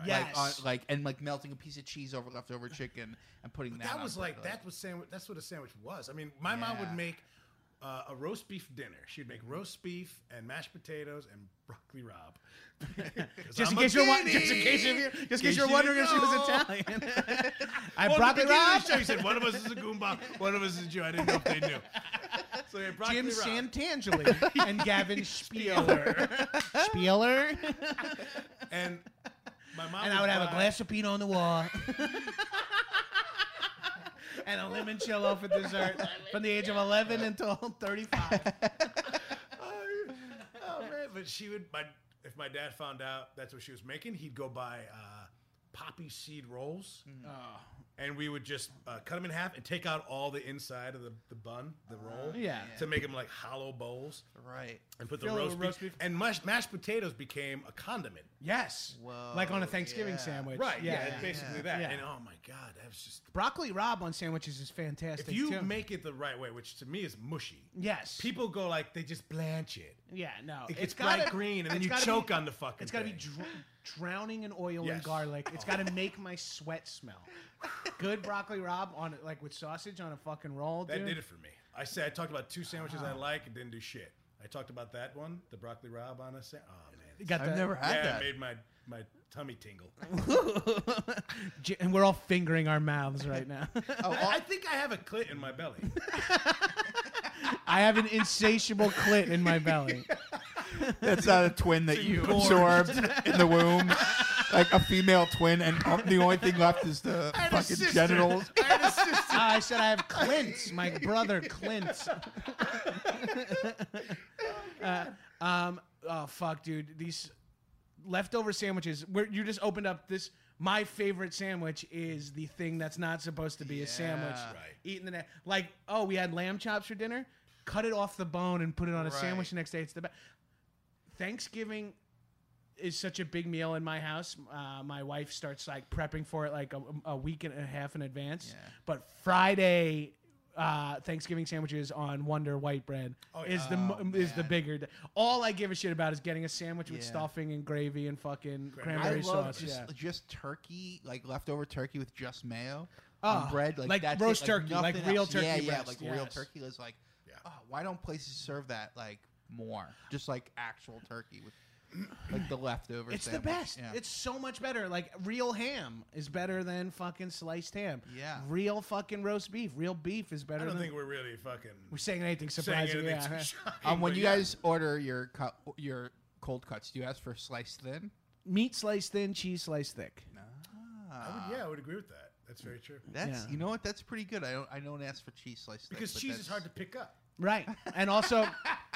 B: Right. Like, on-
A: Yes.
B: like and like melting a piece of cheese over leftover chicken and putting that.
C: that
B: on
C: was
B: top
C: like
B: of it.
C: that was sandwich. That's what a sandwich was. I mean, my mom would
B: Yeah.
C: make uh, a roast beef dinner. She'd make roast beef and mashed potatoes and broccoli rob.
A: Just in
C: I'm a
A: case you're wondering,
C: guinea.
A: just in case you're, just in case
C: Case
A: you're
C: you
A: wondering if she was
C: know.
A: Italian. I
C: Well, at
A: broccoli
C: the beginning of
A: Rob.
C: the show, you said one of us is a Goomba, one of us is a Jew. I didn't know if they knew. So yeah, broccoli
A: Jim
C: Rob.
A: Santangeli and Gavin Spieler. Spieler.
C: and my mom.
A: And I would have a
C: buy-
A: glass of Pinot on the wall. and a limoncello for dessert from the age of 11 until 35.
C: Oh man, but she would. My if my dad found out that's what she was making, he'd go buy uh, poppy seed rolls,
A: Mm. Oh.
C: and we would just uh, cut them in half and take out all the inside of the, the bun, the roll,
A: Ah, yeah.
C: to make them like hollow bowls,
H: Right.
C: and put the
A: Fill it
C: roast
A: with
C: beef,
A: roast beef.
C: and mashed, mashed potatoes became a condiment.
A: Yes.
H: Whoa,
A: like on a Thanksgiving
H: yeah.
A: sandwich.
C: Right, yeah,
A: Yeah.
C: it's basically that.
A: Yeah.
C: And oh my god, that was just
A: Broccoli Rob on sandwiches is fantastic.
C: if you
A: too.
C: make it the right way, which to me is mushy.
A: Yes.
C: People go like they just blanch it.
A: Yeah, no.
C: It gets
A: gotta-
C: bright green, and then
A: it's
C: you
A: gotta
C: choke
A: be-
C: on the fucking.
A: It's got to be
C: thing.
A: dr- drowning in oil and
C: Yes. Oh.
A: garlic. It's got to make my sweat smell. Good broccoli rob on like with sausage on a fucking roll,
C: That
A: dude.
C: did it for me. I said I talked about two sandwiches I like and didn't do shit. I talked about that one, the broccoli rob on a sandwich. Oh man,
A: Got
H: I've
A: the-
H: never had
C: yeah, it
H: that.
C: made my my tummy tingle.
A: J- and we're all fingering our mouths right now.
H: Oh, all-
C: I, I think I have a clit in my belly.
A: I have an insatiable clit in my belly.
H: that's not a twin that you absorbed in the womb, like a female twin, and um, the only thing left is the
C: I had a
H: fucking
C: sister.
H: genitals.
C: I had a sister.
A: I said I have Clint's, my brother Clint's. Uh, um, oh fuck, dude, these leftover sandwiches. Where you just opened up this. My favorite sandwich is the thing that's not supposed to be a sandwich.
B: Yeah.
C: Right.
A: Eating the ne- like, oh, we had lamb chops for dinner. Cut it off the bone and put it on a sandwich
H: Right.
A: the next day. It's the best. Thanksgiving is such a big meal in my house. Uh, my wife starts like prepping for it like a, a week and a half in advance.
H: Yeah.
A: But Friday uh, Thanksgiving sandwiches on Wonder White Bread is the mo- is the
H: man.
A: bigger. d- All I give a shit about is getting a sandwich with
H: Yeah.
A: stuffing and gravy and fucking
B: I
A: cranberry
B: love
A: sauce.
B: just,
A: yeah.
B: just turkey, like leftover turkey with just mayo
A: Ah,
B: on bread, like,
A: like
B: that's it,
A: roast turkey, like
B: nothing
A: real
B: else.
A: turkey
B: Yeah, yeah,
A: breast,
B: like real
A: yes.
B: turkey is like.
C: Yeah.
B: Oh, why don't places serve that like more? Just like actual turkey with like the leftover.
A: It's the
B: sandwich.
A: best.
B: Yeah.
A: It's so much better. Like real ham is better than fucking sliced ham.
B: Yeah.
A: Real fucking roast beef. Real beef is better
C: I don't
A: than.
C: think we're really fucking
A: we're saying anything
C: saying
A: surprising.
C: anything
A: yeah.
C: too shocking.
B: um, when
C: but
B: you
C: yeah.
B: guys order your cut, your cold cuts, do you ask for sliced thin?
A: Meat sliced thin, cheese sliced thick.
C: I would, yeah, I would agree with that. That's very true.
B: That's
A: Yeah.
B: you know what? That's pretty good. I don't I don't ask for cheese sliced thick,
C: Because
B: but
C: cheese is
B: that's-
C: hard to pick up.
A: Right. And also,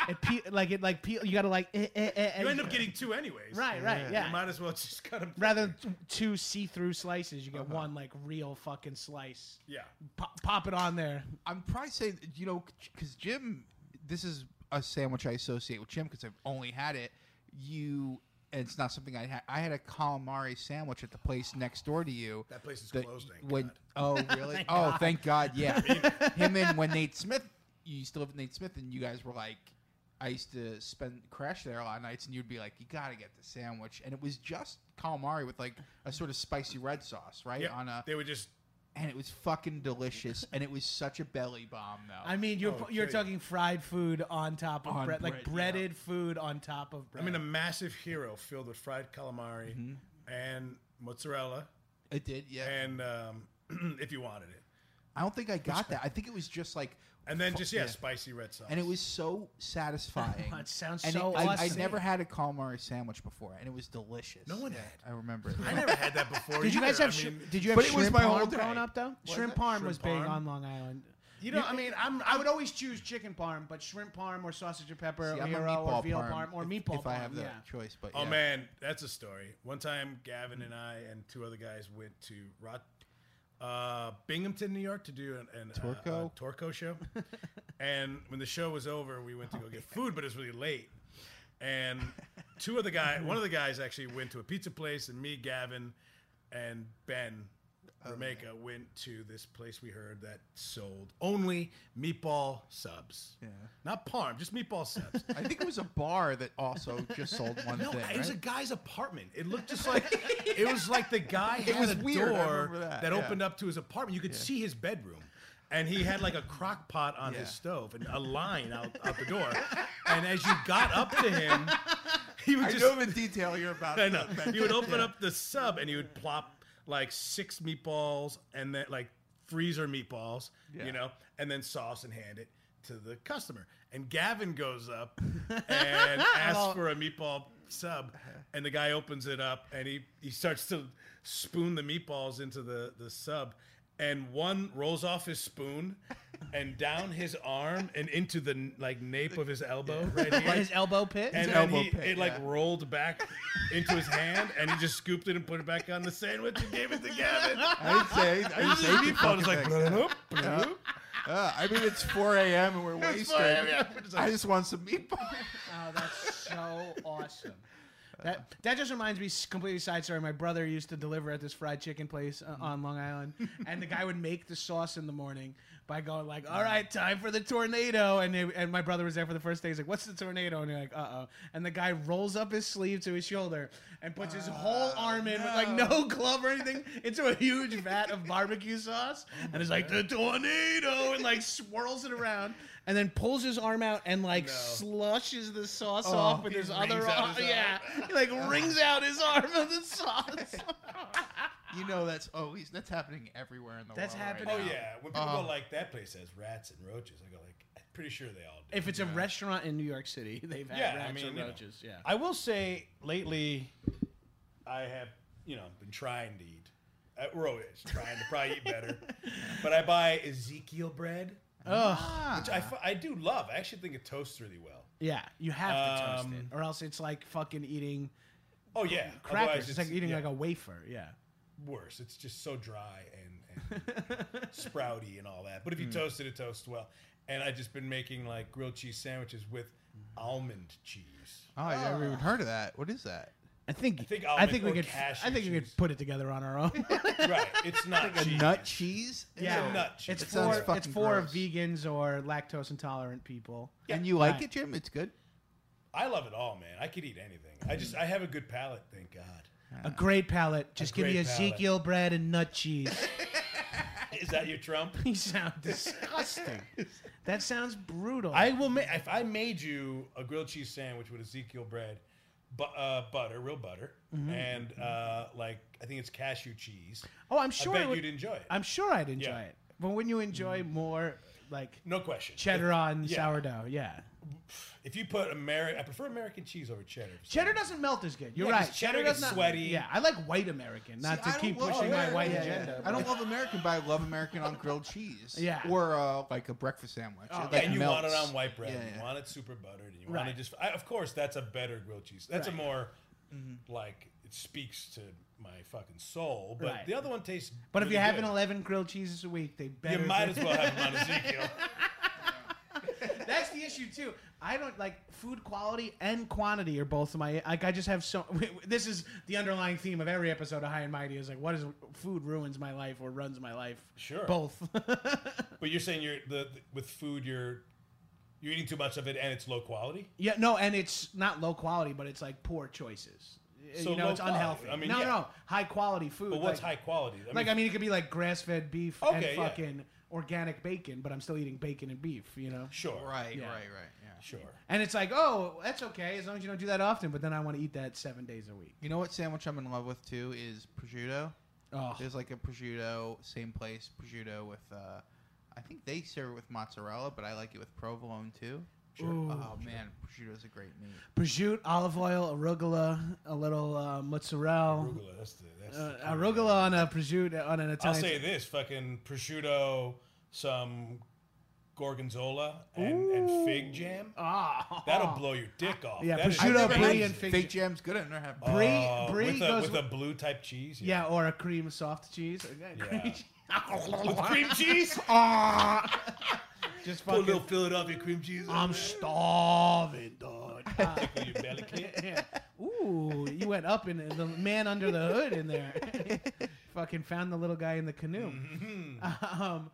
A: it pe- like it like peel. You gotta like. Eh, eh, eh,
C: You
A: eh.
C: end up getting two anyways.
A: Right, right,
C: You
A: yeah.
C: might as well just cut them.
A: Rather than t- two see-through slices, you get one like real fucking slice.
C: Yeah.
A: Pop, pop it on there.
B: I'm probably saying you know because Jim, this is a sandwich I associate with Jim because I've only had it. You and it's not something I had. I had a calamari sandwich at the place next door to you.
C: That place is
B: that
C: closed. Thank
B: when-
C: God.
B: oh really? oh thank God! Yeah, him and when Nate Smith, you used to live with Nate Smith, and you guys were like, I used to spend crash there a lot of nights, and you'd be like, you gotta get the sandwich, and it was just calamari with like a sort of spicy red sauce, right?
C: Yep,
B: On a
C: they would just
B: and it was fucking delicious, and it was such a belly bomb though.
A: I mean, you're
C: Oh,
A: you're
C: okay.
A: talking fried food on top of
B: On
A: bread, like
B: bread, yeah.
A: breaded food on top of bread.
C: I'm in a massive hero filled with fried calamari
A: Mm-hmm.
C: and mozzarella,
B: it did, yeah.
C: and um, if you wanted it,
B: I don't think I got that. I think it was just like,
C: and then just yeah,
B: yeah.
C: spicy red sauce.
B: and it was so satisfying.
A: It sounds
B: and
A: so
B: it, I, I
A: awesome.
B: never had a calamari sandwich before, and it was delicious.
C: No one
B: Yeah,
C: had.
B: I remember it.
C: I never had that before.
A: Did you guys
C: either.
A: have?
C: I
A: sh-
C: mean,
A: did you have
B: but it
A: shrimp
B: was my
A: parm
B: whole
A: growing
B: day.
A: up though?
B: Was
A: shrimp
B: it?
A: parm
C: Shrimp
A: was big
C: parm?
A: on Long Island.
C: You know, I mean, I'm.
A: I would always choose chicken parm, but shrimp parm or sausage or pepper
B: See,
A: or
B: I'm a
A: hero or
B: meatball
A: veal parm, or
B: if,
A: meatball
B: if I
A: parm,
B: have the
A: yeah.
B: choice. But
C: Oh
B: yeah.
C: man, that's a story. One time, Gavin and I and two other guys went to Rot, uh, Binghamton, New York, to do an, an uh,
B: Torco?
C: a Torco show. and when the show was over, we went to go
B: Oh,
C: get food, but it was really late. And two of the guy, one of the guys actually went to a pizza place, and me, Gavin, and Ben.
B: Oh,
C: Rameka went to this place we heard that sold only meatball subs. Yeah. Not parm, just meatball subs.
B: I think it was a bar that also just sold one
C: No,
B: thing.
C: it was a
B: right?
C: guy's apartment. It looked just like it was like the guy had
B: was
C: a
B: weird, I
C: door
B: remember that, yeah.
C: opened up to his apartment. You could see his bedroom, and he had like a crock pot on
B: Yeah.
C: his stove and a line out, out the door. And as you got up to him, he would
B: I
C: just
B: know the detail you're about.
C: I know.
B: to mention.
C: He would open up the sub and he would plop like six meatballs and then like freezer meatballs, you know, and then sauce and hand it to the customer. And Gavin goes up and asks for a meatball sub, and the guy opens it up and he he starts to spoon the meatballs into the the sub. And one rolls off his spoon and down his arm and into the like nape of his elbow right here
A: His elbow pit.
C: and then
B: elbow
C: he,
B: pit,
C: it like rolled back into his hand, and he just scooped it and put it back on the sandwich and gave it to Gavin.
B: I didn't say. I didn't
C: This
B: say anything
C: meatball is like,
B: fucking
C: bloop, bloop.
B: Uh, I mean, it's 4 a.m. and we're
C: It's
B: wasted.
C: fine, yeah. It's
B: I
C: like,
B: just want some meatballs.
A: Oh, that's so awesome. That, that just reminds me, s- completely side story. My brother used to deliver at this fried chicken place uh, on Long Island, and the guy would make the sauce in the morning by going like, "All right, time for the tornado," and they, and my brother was there for the first day. He's like, "What's the tornado?" And you're like, "Uh oh!" And the guy rolls up his sleeve to his shoulder and puts his whole arm in with like no glove or anything into a huge vat of barbecue sauce, and it's like the tornado, and like swirls it around, and then pulls his arm out and like slushes the sauce off with his other
C: Oh, wrings out
A: arm.
C: his arm.
A: yeah, he like wrings out his arm of the sauce.
B: You know that's always that's happening everywhere in the
A: That's
B: world. right
A: happening.
C: oh
B: now.
C: yeah, when people
B: Uh-huh.
C: go like that place has rats and roaches, I go like, I'm pretty sure they all do.
A: if it's a restaurant in New York City, they've had
C: Yeah, I
A: rats
C: mean,
A: or
C: you know.
A: roaches. Yeah.
C: I will say lately, I have you know been trying to eat. Uh, we're always trying to probably eat better, but I buy Ezekiel bread,
A: Ugh.
C: which I, fi- I do love. I actually think it toasts really well.
A: Yeah, you have to toast
C: Um,
A: it, or else it's like fucking eating
C: Oh yeah,
A: crackers.
C: Otherwise
A: It's, like eating
C: yeah.
A: like a wafer. Yeah.
C: worse. It's just so dry and, and sprouty and all that. But if you
A: Mm.
C: toast it, it toasts well. And I've just been making like grilled cheese sandwiches with
A: Mm-hmm.
C: almond cheese.
B: Oh, I never
C: Ah.
B: even heard of that. What is that?
A: I think I
C: think
A: think,
C: almond
A: we
C: or
A: could
C: cashew
A: I think we could
C: cheese.
A: put it together on our own.
C: right. It's not cheese.
B: Nut cheese?
C: a nut cheese.
A: It's
C: That
B: sounds
A: for it's
B: fucking
A: for
B: gross.
A: vegans or lactose intolerant people.
B: And you like
A: Right.
B: it, Jim? It's good.
C: I love it all, man. I could eat anything. I just I have a good palate, thank God.
A: A great palate. Just give me
C: great palate.
A: Ezekiel bread and nut cheese.
C: Is that your Trump?
A: you sound disgusting. that sounds brutal.
C: I will make if I made you a grilled cheese sandwich with Ezekiel bread, bu- uh, butter, real butter,
A: Mm-hmm.
C: and uh, like I think it's cashew cheese.
A: oh, I'm sure
C: I
A: I
C: bet
A: would,
C: you'd enjoy it.
A: I'm sure I'd enjoy
C: Yeah.
A: it. But wouldn't you enjoy more like
C: no question.
A: cheddar on
C: yeah.
A: sourdough? Yeah.
C: If you put American, I prefer American cheese over cheddar. for some
A: Cheddar
C: reason.
A: doesn't melt as good. You're
C: Yeah, 'cause
A: right.
C: cheddar
A: does
C: gets
A: not-
C: sweaty.
A: Yeah, I like white American. Not
B: See, I
A: to
B: don't
A: keep
B: love-
A: pushing
C: Oh,
A: my
C: yeah,
A: white
C: yeah, yeah.
A: agenda.
B: I don't love American, but I love American on grilled cheese.
A: Yeah.
B: Or uh, like a breakfast sandwich.
A: Oh,
B: It,
C: Yeah,
B: like,
C: and you want it
B: melts.
C: on white bread.
B: Yeah,
C: and You
B: yeah.
C: want it super buttered, and you want
A: Right.
C: it just. I, of course, that's a better grilled cheese. That's a
A: Right. Mm-hmm.
C: more like it speaks to my fucking soul. But
A: Right.
C: the other one tastes.
A: But if
C: really
A: you're having
C: good.
A: 11 grilled cheeses a week, they
C: you
A: better.
C: might
A: be-
C: as well have them on Ezekiel.
A: That's the issue too. I don't like food quality and quantity are both of my like. I just have so. This is the underlying theme of every episode of High and Mighty is like, what is food ruins my life or runs my life?
C: Sure.
A: both.
C: But you're saying you're the, the- with food you're you're eating too much of it and it's low quality.
A: yeah, no, and it's not low quality, but it's like poor choices.
C: So
A: you know,
C: low
A: it's
C: quality.
A: unhealthy.
C: I mean,
A: no,
C: yeah.
A: no, high quality food.
C: But what's
A: like,
C: high quality? I
A: like
C: mean,
A: I mean, it could be like grass fed beef
C: Okay,
A: and
C: yeah.
A: fucking organic bacon, but I'm still eating bacon and beef. You know.
C: sure,
B: Right,
A: Yeah.
B: right, right. Yeah.
C: sure.
A: And it's like, oh, that's okay as long as you don't do that often. But then I want to eat that seven days a week.
B: You know what sandwich I'm in love with too is prosciutto.
A: Oh,
B: There's like a prosciutto, same place, prosciutto with, uh, I think they serve it with mozzarella, but I like it with provolone too.
C: Sure.
A: Ooh.
B: Oh man, prosciutto's a great meat.
A: prosciutto, olive oil, arugula, a little uh, mozzarella,
C: Arugula, that's the, that's
A: uh,
C: the key.
A: arugula on a prosciutto on an
C: I'll
A: Italian.
C: say this: fucking prosciutto, some gorgonzola, and, and fig jam.
A: Ah.
C: That'll blow your dick off.
A: Yeah,
C: That is-
A: prosciutto,
C: I've never
A: brie,
C: had-
A: and fig
B: Fake
A: jam.
B: jam's good. I never have.
C: Oh,
A: brie- brie
C: with, a,
A: goes
C: with
A: with-
C: a blue type cheese.
A: Yeah, or a cream soft cheese. Okay, cream
C: Yeah.
A: cheese.
C: with cream cheese.
A: Just
C: Put a little
A: fucking.
C: Philadelphia cream cheese. in
A: I'm
C: there.
A: starving, dog. Ah,
C: Tickle your belly kid.
A: yeah. Ooh, you went up in the man under the hood in there. fucking found the little guy in the canoe.
C: Mhm.
A: Um,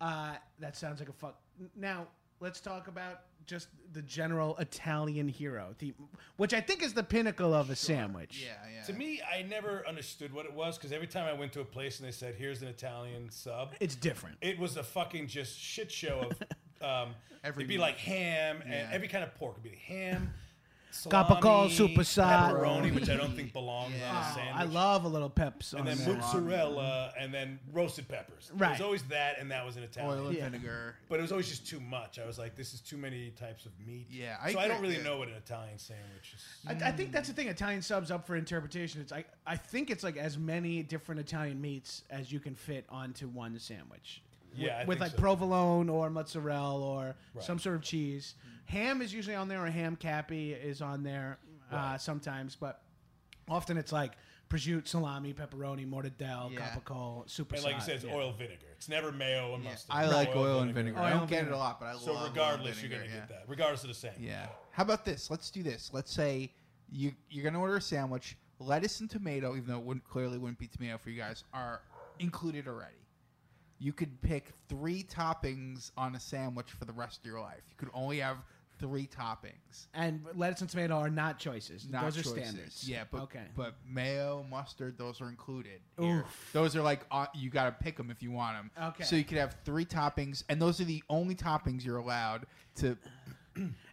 A: uh, that sounds like a fuck. Now let's talk about just the general Italian hero, the, which I think is the pinnacle of a sandwich.
B: Yeah, yeah.
C: To me, I never understood what it was because every time I went to a place and they said, "Here's an Italian sub,"
A: it's different.
C: it was a fucking just shit show of um
B: Every
C: it'd be
B: meat.
C: like ham and
B: Yeah.
C: every kind of pork. It'd be ham,
A: Capicola
C: salami,
A: supersized.
C: pepperoni, which I don't think belongs on a sandwich.
A: Oh, I love a little peps on
C: and then
A: there.
C: mozzarella, and then roasted peppers. There
A: Right.
C: was always that, and that was an Italian.
B: Oil and vinegar.
C: But it was always just too much. I was like, this is too many types of meat.
B: Yeah, I
C: so I don't
B: agree,
C: really
B: yeah.
C: know what an Italian sandwich is.
A: I, I think that's the thing. Italian subs up for interpretation. It's like I think it's like as many different Italian meats as you can fit onto one sandwich.
C: Yeah, I
A: with
C: think
A: like
C: so.
A: provolone or mozzarella or some sort of cheese. Ham is usually on there, or ham cappy is on there uh, sometimes, but often it's like prosciutto, salami, pepperoni, mortadella,
B: Yeah.
A: capicola, super.
C: And like you said, it's
A: yeah.
C: oil vinegar. It's never mayo and
B: Yeah,
C: mustard.
B: I
C: It's
B: like oil and
C: Oh,
B: vinegar. I
A: Oil
B: don't
A: and
B: get it a
A: vinegar.
B: lot, but I love
C: So
B: oil and
C: regardless, you're
B: vinegar,
C: gonna get
B: yeah.
C: that. Regardless of the sandwich.
B: Yeah. How about this? Let's do this. Let's say you you're gonna order a sandwich. Lettuce and tomato, even though it wouldn't clearly wouldn't be tomato for you guys, are included already. You could pick three toppings on a sandwich for the rest of your life. You could only have three toppings.
A: And lettuce and tomato are not choices.
B: Not
A: Those are
B: choices.
A: standards.
B: Yeah, but
A: okay.
B: but mayo, mustard, those are included. here. Those are like uh, you got to pick them if you want them.
A: Okay.
B: So you could have three toppings, and those are the only toppings you're allowed to.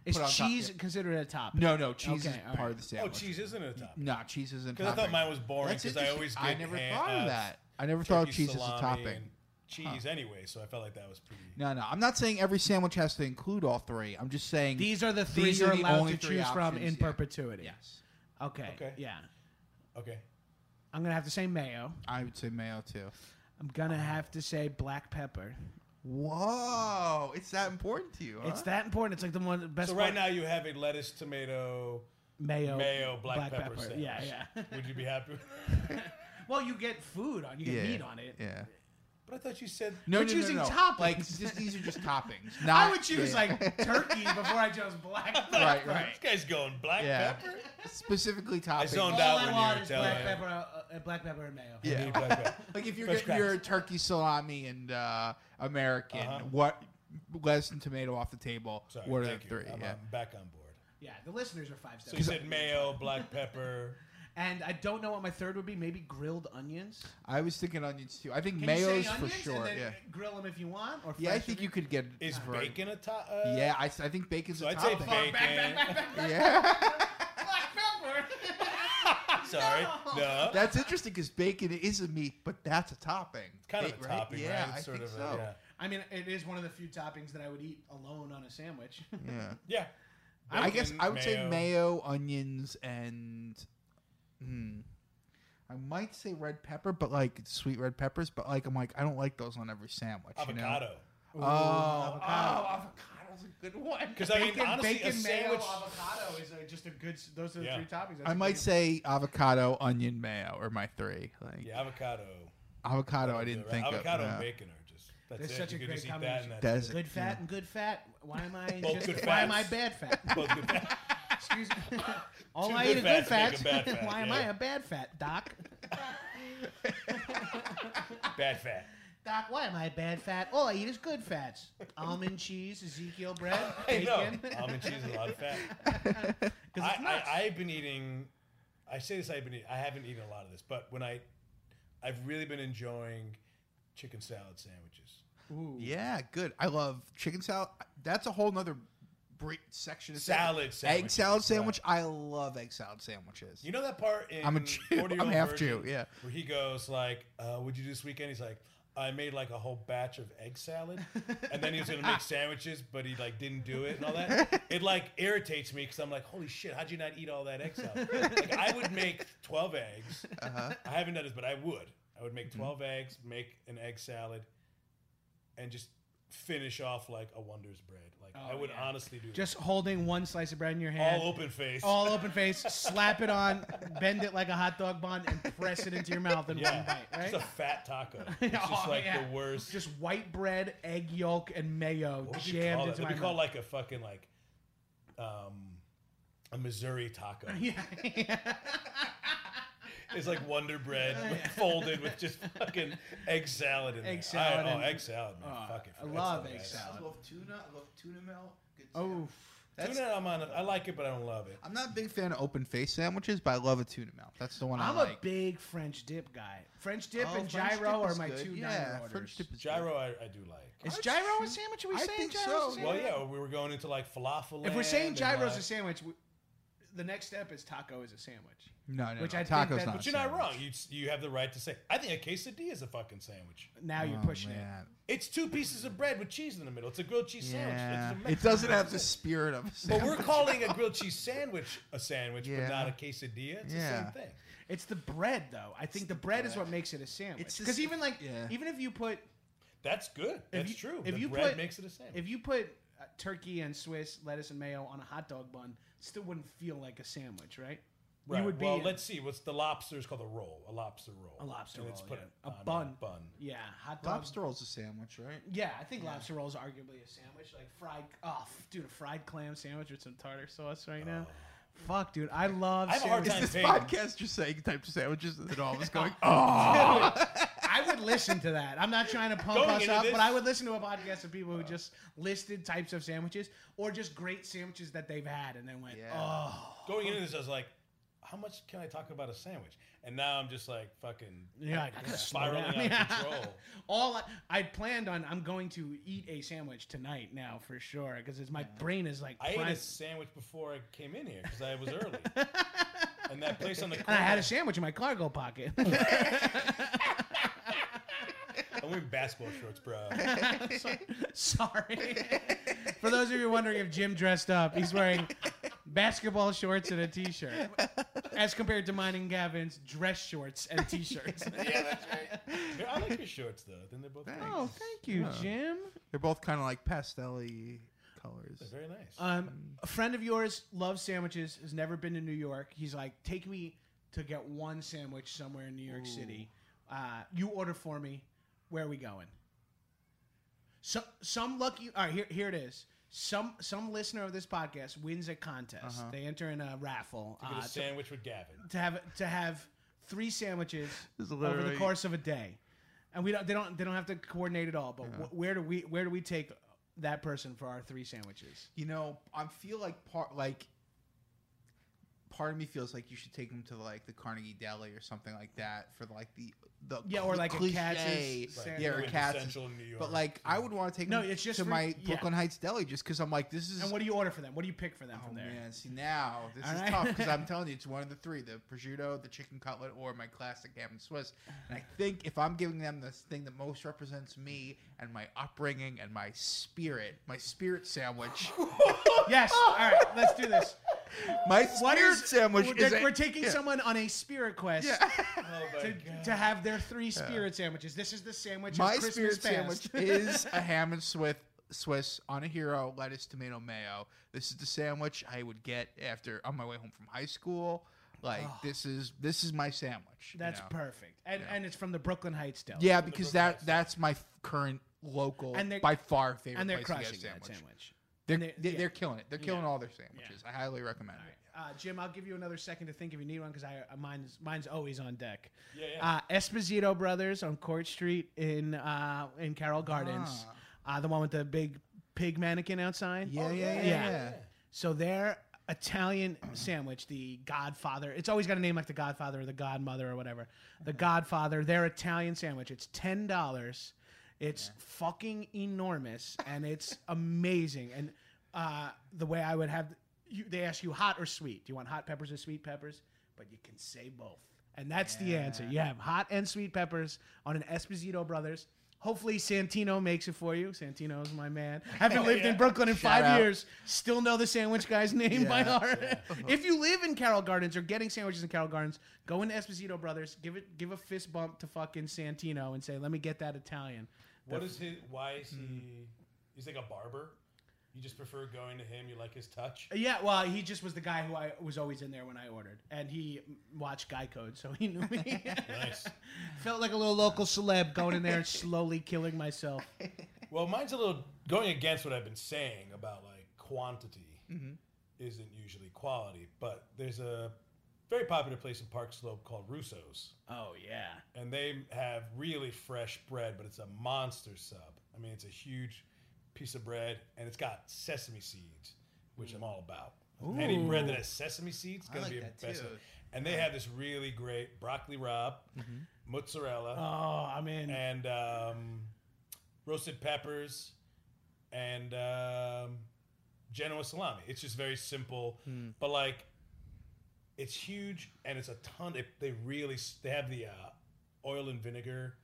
A: is
B: put on top-
A: cheese
B: yeah.
A: considered a top?
B: No, no, cheese
A: Okay,
B: is
A: all right.
B: part of the
C: Oh,
B: sandwich.
C: cheese isn't a top.
B: No, cheese isn't.
C: Because I
B: topping.
C: thought mine was boring.
B: That's
C: Because I
B: interesting.
C: always get
B: I never
C: ham-
B: thought of
C: uh,
B: that. I never thought of
C: turkey,
B: cheese as a
C: salami,
B: topping.
C: and Cheese anyway, so I felt like that was pretty.
B: No, no. I'm not saying every sandwich has to include all three. I'm just saying
A: These are the three
B: these
A: you're
B: the
A: allowed
B: only
A: to
B: three
A: choose from
B: options,
A: in
B: yeah.
A: perpetuity.
B: Yes,
A: Okay.
C: Okay.
A: Yeah.
C: Okay.
A: I'm gonna have to say mayo.
B: I would say mayo too.
A: I'm
B: Oh.
A: gonna have to say black pepper.
B: Whoa, it's that important to you? Huh?
A: It's that important. It's like the one the best.
C: So right
A: part-
C: now you have a lettuce, tomato,
A: mayo,
C: mayo, black, pepper, sandwich.
A: Yeah, yeah.
C: Would you be happy? with
A: well, you get food on. You get
B: Yeah.
A: meat on it.
B: Yeah.
C: But I thought you said
B: No,
A: We're
B: no, no,
A: choosing
B: no.
A: toppings.
B: Like just, these are just toppings.
A: I
B: Not,
A: would choose
B: yeah.
A: like turkey before I chose black pepper.
B: right,
C: this
B: right.
C: guy's going black
B: Yeah.
C: pepper.
B: Specifically toppings.
C: zoned
A: All
C: That
A: I
C: one
A: want
C: you
A: is
C: were
A: black
C: telling.
A: pepper, uh, uh, black pepper and mayo.
C: You
B: Yeah.
C: need black pepper.
B: Like if you're
C: Fresh
B: getting your
C: crackers.
B: turkey salami and uh, American,
C: Uh-huh.
B: what lettuce and tomato off the table?
C: Sorry,
B: what are
C: thank
B: the
C: you.
B: 3
C: I'm, um,
B: yeah.
C: I'm back on board.
A: Yeah, the listeners are five
C: So you
A: steps.
C: said mayo, black pepper.
A: and I don't know what my third would be. Maybe grilled onions.
B: I was thinking onions too. I think
A: Can you say
B: mayo's
A: onions
B: for
A: And
B: sure.
A: then
B: Yeah.
A: Grill them if you want. Or
B: Yeah, I
A: fresh
B: think
A: if
B: you could get.
C: Is
B: right.
C: bacon a top? Uh,
B: Yeah, I, s- I think bacon's
C: So
B: a
C: I'd say
A: Oh,
B: topping.
C: bacon.
B: Yeah,
A: black pepper.
C: Sorry, no.
B: that's interesting because bacon is a meat, but that's a topping.
C: kind of
B: Ba-
C: a topping, right?
B: Yeah,
C: It's
B: I
C: sort
B: think
C: of
B: so.
C: a,
A: I mean, it is one of the few toppings that I would eat alone on a sandwich.
B: yeah.
C: yeah. yeah.
B: I guess
C: Bacon,
B: I would say mayo, onions, and hmm, I might say red pepper, but like sweet red peppers. But like I'm like I don't like those on every sandwich.
C: avocado.
B: You know? Oh,
A: avocado.
B: oh, avocado's a good one.
C: Because I mean, honestly, a sandwich.
A: avocado is a, just a good. s- Those are the
C: Yeah.
A: three toppings. That's
B: I
A: a
B: might
A: good-
B: say avocado, onion, mayo, or my three. Like
C: yeah, avocado.
B: avocado, I didn't
C: Right?
B: think
C: avocado
B: of.
C: and
B: yeah.
C: bacon are just. That's
A: That's
C: it.
A: such
C: you
A: a
C: can
A: great
C: just eat that
A: combination.
C: and that's
B: Does it?
A: good fat and good fat. Why am I?
C: Mm. Both
A: just,
C: good
A: why am I
C: fats.
A: bad fat?
C: Both good fat.
A: Excuse me. All
C: Two
A: I
C: good
A: eat are good
C: fats make
A: fats.
C: a bad fat,
A: why am
C: yeah.
A: I a bad fat, Doc?
C: Bad fat.
A: Doc, why am I a bad fat? All I eat is good fats: almond cheese, Ezekiel bread,
C: I know. Um,
A: bacon.
C: Almond cheese is a lot of fat. I,
A: it's nuts.
C: I, I've been eating. I say this. I've been. Eating, I haven't eaten a lot of this, but when I, I've really been enjoying chicken salad sandwiches.
B: Yeah, good. I love chicken salad. That's a whole nother bre- section of
C: Salad
B: Egg salad
C: sandwiches,
B: sandwich. I love egg salad sandwiches.
C: You know that part in
B: I'm a Jew.
C: 40 Year Old
B: I'm half
C: Virgin
B: Jew, yeah.
C: Where he goes like, uh, "What'd you do this weekend?" He's like, "I made like a whole batch of egg salad," and then he was gonna make sandwiches, but he like didn't do it and all that. It like irritates me because I'm like, "Holy shit! How'd you not eat all that egg salad?" like I would make 12 eggs.
B: Uh-huh.
C: I haven't done this, but I would. I would
B: Mm-hmm.
C: make 12 eggs, make an egg salad, and just finish off like a Wonders bread. Like I would honestly do
A: Just holding one slice of bread in your
C: that.
A: hand.
C: all open face.
A: all open face, slap it on, bend it like a hot dog bun, and press it into your mouth in one
C: Yeah,
A: bite, right?
C: just a fat taco. It's just
A: Oh,
C: like
A: yeah.
C: the worst.
A: Just white bread, egg yolk, and mayo
C: what would you
A: jammed
C: call that?
A: into
C: That'd
A: my
C: be called
A: mouth.
C: like a fucking like, um, a Missouri taco.
A: yeah.
C: It's like Wonder Bread folded with just fucking egg salad in there.
A: Oh, Egg salad
C: I, oh,
A: and-
C: egg salad, man. Fuck it.
A: I love egg
B: I
A: salad.
B: love tuna. I love tuna melt. Good
A: Oh,
B: That's-
C: Tuna, I'm on. it. I like it, but I don't love it.
B: I'm not a big fan of open face sandwiches, but I love a tuna melt. That's the one i
A: I'm a
B: like.
A: big French dip guy. French dip
B: Oh,
A: and
B: French
A: gyro
B: dip
A: are
B: is
A: my
B: good.
A: two
B: yeah,
A: nine orders.
B: French dip is good.
C: Gyro, I, I do like.
A: Is gyro a sandwich? Are we
B: I
A: saying
B: think
A: gyro's
B: so.
A: a
C: Well,
A: sandwich?
C: yeah, we were going into like falafel.
A: If we're
C: land
A: saying
C: and,
A: gyro's
C: like-
A: a sandwich, we, the next step is taco is a sandwich.
I: No, no,
A: Which
I: no.
A: I think
I: Taco's
A: that-
I: not.
A: but
I: a
C: You're not
I: sandwich.
C: wrong. You you have the right to say. I think a quesadilla is a fucking sandwich.
A: Now you're
I: Oh,
A: pushing
I: man.
C: It's two pieces of bread with cheese in the middle. It's a grilled cheese
I: Yeah.
C: sandwich. It's a
B: It doesn't have the spirit of.
C: But we're calling a grilled cheese sandwich a sandwich,
B: Yeah.
C: but not a quesadilla. It's
B: Yeah.
C: the same thing.
A: it. It's the bread though. I think the bread is what makes it a sandwich.
B: It's the
A: Because
B: sa-
A: even like
B: yeah.
A: even if you put
C: That's good.
A: if
C: That's
A: you-
C: true.
A: if
C: the
A: you
C: bread
A: put-
C: makes it a sandwich.
A: if you put uh, turkey and Swiss lettuce and mayo on a hot dog bun, it still wouldn't feel like a sandwich, right? You
C: right.
A: would be
C: well,
A: in-
C: let's see. What's the lobster is called a roll. A lobster roll.
A: a lobster
C: And
A: roll.
C: it's put
A: yeah.
C: on
A: a bun.
C: bun.
A: Yeah, hot dog.
B: Lobster roll's a sandwich, right?
A: Yeah, I think lobster roll is arguably a sandwich. Like fried, oh, f- dude, a fried clam sandwich with some tartar sauce right now. Fuck, dude, I love.
C: Oh. I have a hard
B: Is
C: time
B: this
C: paying-
B: podcast just saying types of sandwiches and then all of us going, oh,
A: I would listen to that. I'm not trying to pump
C: Going
A: us
C: into
A: up,
C: this- Uh.
A: but I would listen to a podcast of people who just listed types of sandwiches or just great sandwiches that they've had and then went, oh,
C: Going into this, I was like, how much can I talk about a sandwich? And now I'm just like fucking
A: yeah, I gotta slow
C: spiraling
A: down.
C: out of
A: Yeah.
C: control.
A: All I, I planned on, I'm going to eat a sandwich tonight now for sure because my brain is like,
C: I ate a
A: primed.
C: sandwich before I came in here because I was early. and that place on the
A: and
C: corner.
A: I had a sandwich in my cargo pocket.
C: I'm wearing basketball shorts, bro.
A: Sorry. For those of you wondering if Jim dressed up, he's wearing basketball shorts and a t-shirt, as compared to mine and Gavin's dress shorts and t-shirts.
C: I like your shorts though. Then they're both nice.
A: Oh, thank you, Jim.
B: They're both kind of like pastel-y colors.
C: They're very nice.
A: Um, a friend of yours loves sandwiches. Has never been to New York. He's like, take me to get one sandwich somewhere in New York City. Uh, you order for me. Where are we going? So, some lucky. All right, here, here it is. Some some listener of this podcast wins a contest. They enter in a raffle
C: Get
A: uh,
C: a
A: to-
C: sandwich with Gavin.
A: to have to have three sandwiches
B: This is
A: over the
B: literally-
A: course of a day, and we don't they don't they don't have to coordinate at all. But wh- where do we where do we take that person for our three sandwiches?
B: You know, I feel like part like part of me feels like you should take them to like the Carnegie Deli or something like that for like the the
A: Yeah, or
B: cl-
A: like a
B: cliche,
A: Katz's Right.
B: yeah, or
A: sandwich.
B: Katz's.
C: Central New York.
B: But like, I would want to take
A: No,
B: 'em
A: it's just
B: to
A: for-
B: my
A: yeah.
B: Brooklyn Heights Deli just because I'm like, this is
A: And what do you order for them? What do you pick for them
B: Oh
A: from there?
B: man, see now this
A: All
B: is
A: right.
B: tough because I'm telling you, it's one of the three: the prosciutto, the chicken cutlet, or my classic ham and Swiss. And I think if I'm giving them the thing that most represents me and my upbringing and my spirit, my spirit sandwich,
A: Yes. All right, let's do this.
B: my spirit sandwich
A: We're,
B: is
A: we're
B: a-
A: taking
B: yeah.
A: someone on a spirit quest
C: oh my
A: to,
C: god.
A: to have their three spirit sandwiches. This is the sandwich. of
B: My
A: Christmas
B: spirit
A: past.
B: sandwich is a ham and Swiss. Swiss on a hero, lettuce, tomato, mayo. This is the sandwich I would get after on my way home from high school. Like this is this is my sandwich. you
A: That's
B: know?
A: perfect, and and it's from the Brooklyn Heights Deli.
B: Yeah, because that that's my f- current local
A: And they're-
B: by far favorite
A: and they're
B: place to get
A: crushing
B: a sandwich.
A: that sandwich.
B: They're,
A: And
B: they're,
A: they're- yeah.
B: they're killing it. They're killing all their sandwiches. I highly recommend it.
A: Uh, Jim, I'll give you another second to think if you need one because I uh, mine's mine's always on deck.
C: Yeah, yeah.
A: Uh, Esposito Brothers on Court Street in uh, in Carroll Gardens, uh, the one with the big pig mannequin outside.
B: Ah. yeah,
A: So their Italian sandwich, the Godfather. It's always got a name like the Godfather or the Godmother or whatever. The Godfather. Their Italian sandwich. It's ten dollars. It's fucking enormous and it's amazing. And uh, the way I would have you, they ask you hot or sweet. Do you want hot peppers or sweet peppers? But you can say both. And that's the answer. You have hot and sweet peppers on an Esposito Brothers. Hopefully Santino makes it for you. Santino is my man. Haven't lived in Brooklyn in five
B: out.
A: years. Still know the sandwich guy's name by
B: Yeah.
A: heart. If you live in Carroll Gardens or getting sandwiches in Carroll Gardens, go into Esposito Brothers, give it give a fist bump to fucking Santino and say, "Let me get that Italian."
C: What is his? Why is
B: Mm-hmm.
C: he? He's like a barber. You just prefer going to him. You like his touch.
A: Yeah, well, he just was the guy who I was always in there when I ordered, and he mm, watched Guy Code, so he knew me.
C: Nice.
A: Felt like a little local celeb going in there and slowly killing myself.
C: Well, mine's a little going against what I've been saying about like quantity
B: Mm-hmm.
C: isn't usually quality, but there's a very popular place in Park Slope called Russo's,
A: Oh yeah,
C: and they have really fresh bread, but it's a monster sub. I mean, it's a huge piece of bread, and it's got sesame seeds, which I'm all about. Any bread that has sesame seeds is gonna
B: like
C: be a
B: that
C: best.
B: too.
C: And they have this really great broccoli rob, mozzarella,
A: Mm-hmm. oh I'm in.
C: and um, roasted peppers
A: Hmm.
C: and um, Genoa salami. It's just very simple, but like It's huge and it's a ton. They, they really s- they have the uh, oil and vinegar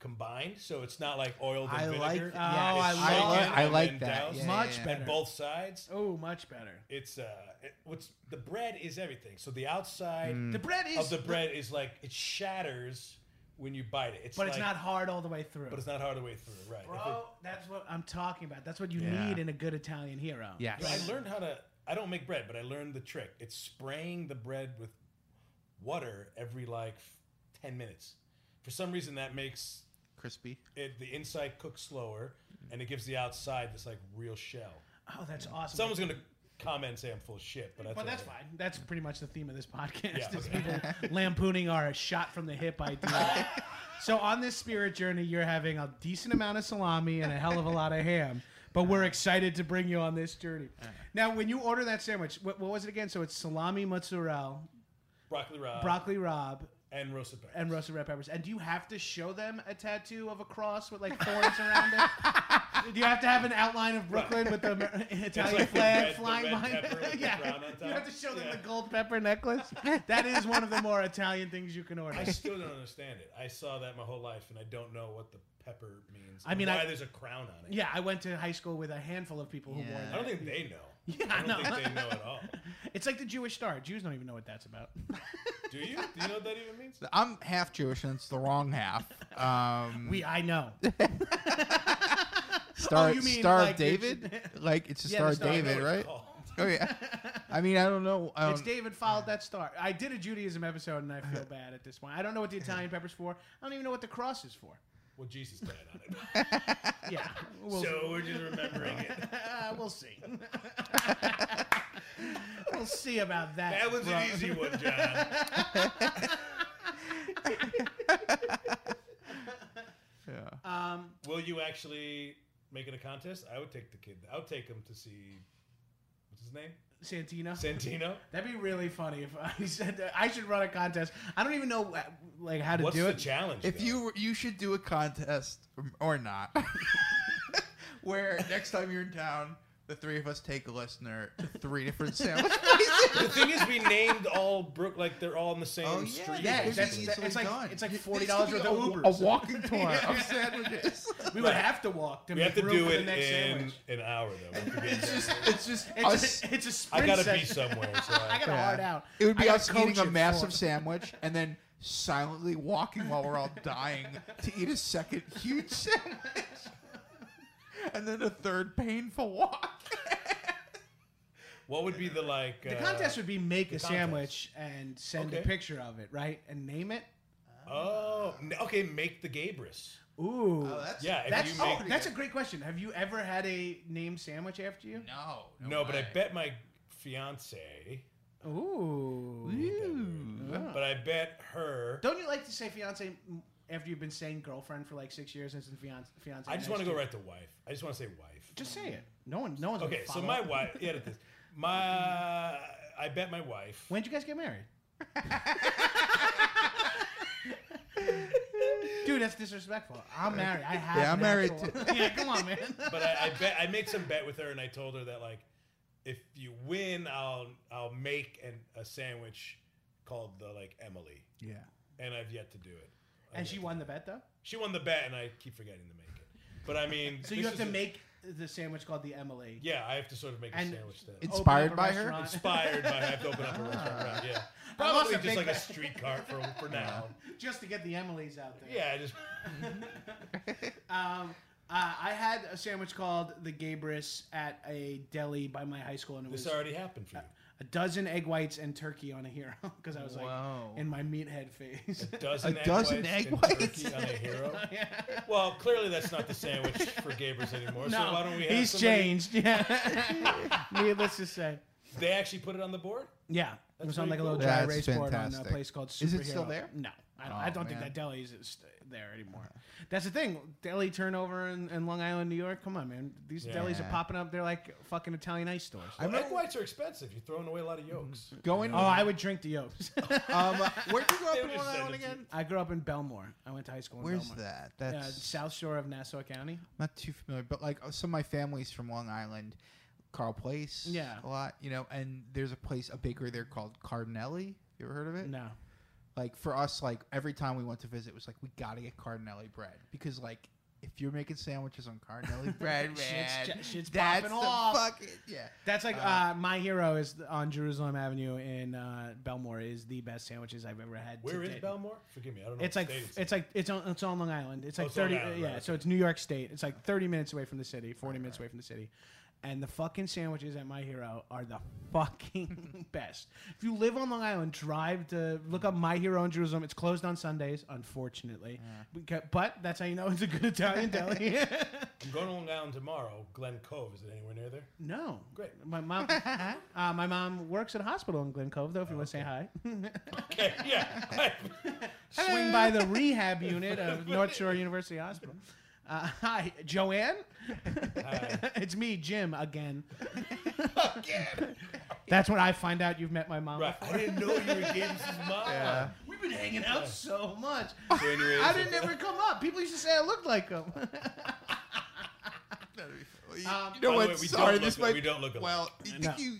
C: combined, so it's not like oiled and
E: I like.
C: vinegar.
A: Oh,
E: yes.
A: I
C: It's
A: love
C: shaken
A: it.
E: I
C: and
E: like
C: then
E: that.
C: doused
B: Oh,
E: Yeah,
A: Much
E: yeah, yeah.
A: better.
C: on both sides.
A: Oh, much better.
C: It's uh, it, what's the bread is everything. So the outside
A: The bread is,
C: of the bread is like it shatters when you bite it. It's
A: but it's
C: like-
A: not hard all the way through.
C: But it's not hard to way through, right? If it-
A: Bro, that's what I'm talking about. That's what you
E: Yeah.
A: need in a good Italian hero.
E: Yes.
C: I learned how to. I don't make bread, but I learned the trick. It's spraying the bread with water every like ten minutes. For some reason, that makes
E: Crispy.
C: it the inside cook slower, and it gives the outside this like real shell.
A: Oh, that's awesome.
C: Someone's gonna comment and say I'm full of shit, but that's,
A: but
C: all
A: that's
C: right.
A: fine. That's pretty much the theme of this podcast.
C: Yeah,
A: is
C: okay.
A: people lampooning our shot from the hip idea. so on this spirit journey, you're having a decent amount of salami and a hell of a lot of ham. But
C: Uh-huh.
A: we're excited to bring you on this journey. Now, when you order that sandwich, what, what was it again? So it's salami mozzarella,
C: Uh-huh. Broccoli rabe
A: broccoli rob,
C: and roasted peppers.
A: and roasted red peppers. And do you have to show them a tattoo of a cross with like thorns around it? Do you have to have an outline of Brooklyn with the Amer- Italian
C: like the
A: flag
C: red- the
A: flying
C: red
A: behind
C: pepper with
A: it?
C: the
A: yeah.
C: crown on
A: you
C: top?
A: have to show them
C: Yeah.
A: the gold pepper necklace. That is one of the more Italian things you can order.
C: I still don't understand it. I saw that my whole life, and I don't know what the pepper means.
A: I
C: and
A: mean, I-
C: why there's a crown on it.
A: yeah, I went to high school with a handful of people who wore
C: I
A: that.
C: don't think they know.
A: Yeah,
C: I don't
A: no.
C: think they know at all.
A: It's like the Jewish star. Jews don't even know what that's about.
C: Do you? Do you know what that even means?
E: I'm half Jewish, and it's the wrong half. Um,
A: We, I know.
E: Star,
A: Oh, you mean
E: Star
A: like
E: of
A: the-
E: David? like it's a
A: Yeah,
E: Star
A: the
E: of
A: Star of
E: David,
C: It's
E: right?
C: called.
E: Oh yeah. I mean, I don't know. Um, I
A: It's
E: don't-
A: David followed that star. I did a Judaism episode and I feel bad at this point. I don't know what the Italian pepper's for. I don't even know what the cross is for.
C: Well, Jesus died on it.
A: Yeah. We'll,
C: So we're just remembering it.
A: Uh, we'll see. we'll see about that.
C: That was
A: bro.
C: an easy one, John.
E: yeah.
A: Um,
C: Will you actually make it a contest? I would take the kid. I would take him to see. What's his name?
A: Santino.
C: Santino.
A: That'd be really funny if I said that. I should run a contest. I don't even know uh, like how to
C: What's
A: do
C: the
A: it.
C: challenge?
E: If
C: though?
E: you were- you should do a contest or- or not, where next time you're in town, the three of us take a listener to three different sandwich places.
C: the thing is, we named all Brook like they're all in the same
E: Oh, yeah.
C: street.
A: yeah,
E: It's
A: that's,
E: easily
A: that- it's like
E: done.
A: it's like
E: This
A: forty dollars
E: could
A: worth
E: be
A: of
E: A
A: Ubers.
E: walking tour of sandwiches.
A: we would have to walk to
C: we
A: make
C: have to
A: room
C: do
A: for the
C: it
A: next
C: in
A: sandwich.
C: an hour though. We have to get
E: It's
C: there.
E: just it's just us.
A: It's a, it's a
C: I
A: sprint
C: gotta be
A: session.
C: somewhere. So
A: I gotta
E: Yeah.
A: hard out.
E: It would
A: I
E: be
A: gotta
E: us
A: coach
E: eating a
A: it for
E: massive
A: it.
E: sandwich and then silently walking while we're all dying to eat a second huge sandwich. And then a third painful walk.
C: what would be the like?
A: The
C: uh,
A: contest would be make a
C: contest.
A: sandwich and send a
C: Okay.
A: picture of it, right? And name it.
C: Oh, n- okay. Make the Gabrus.
A: Ooh.
E: that's
C: Yeah, if
A: That's
C: you
A: oh,
C: make
A: that's a great question. Have you ever had a named sandwich after you?
E: no.
B: Oh
C: no, but I
E: way.
C: bet my fiance.
A: Ooh. Yeah.
C: But I bet her.
A: Don't you like to say fiance m- after you've been saying girlfriend for like six years and since fiance? fiance
C: I just
A: next
C: want to go
A: year?
C: right to wife. I just want to say wife.
A: Just say it. No one. No one's
C: Okay,
A: Gonna
C: so
A: follow
C: my
A: up.
C: wife. Yeah, this. My, I bet my wife.
A: When'd you guys get married? Dude, that's disrespectful. I'm married. I have.
E: Yeah, I'm
A: an
E: married
A: actual- yeah, come on, man.
C: But I, I bet I made some bet with her, and I told her that like, if you win, I'll I'll make an, a sandwich called the like Emily,
E: Yeah.
C: and I've yet to do it. I've
A: And
C: yet
A: she
C: to-
A: won the bet though.
C: She won the bet, and I keep forgetting to make it. But I mean,
A: So you
C: this
A: have to
C: is a-
A: make the sandwich called the Emily.
C: Yeah, I have to sort of make a
A: And-
C: sandwich then.
E: It's-
A: Open up a
E: Inspired by her?
A: restaurant.
C: Inspired by I have to open up a restaurant. around- Yeah,
A: Ah. I must
C: probably
A: have
C: just
A: big
C: like a
A: bet.
C: street cart for for now.
A: just to get the Emily's out there.
C: Yeah, I just
A: Um, uh, I had a sandwich called the Gabris at a deli by my high school, and it
C: this
A: was
C: already happened for you.
A: a dozen egg whites and turkey on a hero because I was
E: Wow.
A: like in my meathead phase.
C: dozen
E: A
C: egg
E: dozen
C: whites
E: egg
C: and
E: whites?
C: turkey on a hero.
A: yeah.
C: Well, clearly that's not the sandwich for Gabriel's anymore.
A: No,
C: so why don't we? Have
A: he's
C: somebody-
A: changed. Yeah, needless to say.
C: They actually put it on the board.
A: Yeah, it
C: That's
A: was on like
C: pretty
A: a little
C: cool.
A: dry
E: That's
A: erase board on a
E: fantastic.
A: place called Superhero.
E: Is it still there?
A: No, I don't,
E: Oh,
A: I don't think
E: man.
A: that deli is is there anymore. That's the thing, deli turnover in, in Long Island, New York. Come on, man, these
C: Yeah.
A: delis are popping up. They're like fucking Italian ice stores.
C: Well, egg whites are expensive. You're throwing away a lot of yolks.
E: Going.
A: Oh, I would drink the yolks.
E: Um, where'd you grow up
C: They
E: in Long
C: would just send
E: Island
C: it to you. Oh,
E: again?
A: I grew up in Belmore. I went to high school in
E: Where's
A: Belmore.
E: that?
A: Uh,
E: That's
A: south shore of Nassau County.
E: not too familiar, but like some of my family's from Long Island. Carl Place.
A: Yeah.
E: a lot. You know, and there's a place, a bakery there called Cardinelli. You ever heard of it?
A: No.
E: Like for us, like every time we went to visit, it was like we gotta get Cardinelli bread because like if you're making sandwiches on Cardinelli bread,
A: Shit's
E: man,
A: ch- shit's
E: that's
A: popping
E: the
A: off.
E: fucking yeah.
A: That's like uh, my hero is on Jerusalem Avenue in uh, Belmore is the best sandwiches I've ever had.
C: Where
A: to
C: is
A: date.
C: Belmore? Forgive me, I don't know.
A: It's
C: what
A: like
C: state
A: it's like it's on it's on Long Island. It's like
C: Oh, it's on
A: thirty
C: Long Island,
A: yeah.
C: right,
A: So it's New York State. It's like thirty minutes away from the city, forty minutes away from the city, and the fucking sandwiches at My Hero are the fucking best. If you live on Long Island, drive to look up My Hero in Jerusalem. It's closed on Sundays, unfortunately, Beca- but that's how you know it's a good Italian deli.
C: I'm going to Long Island tomorrow. Glen Cove. Is it anywhere near there?
A: no,
C: Great.
A: My mom, uh, my mom works at a hospital in Glen Cove, though. If you want to say hi,
C: Okay, yeah.
A: swing by the rehab unit of North Shore University Hospital. Uh, hi, Joanne. it's me, Jim, again. That's when I find out you've met my mom.
C: right. I didn't know you were Gabe's mom. Yeah.
A: We've been hanging out so much.
C: Anyways,
A: I didn't ever come up. People used to say I looked like him.
E: you know
C: Um, By the
E: what?
C: way, we
E: Sorry,
C: don't
E: this
C: look-
E: might
C: we don't look alike.
E: Well, you think
A: No.
E: you.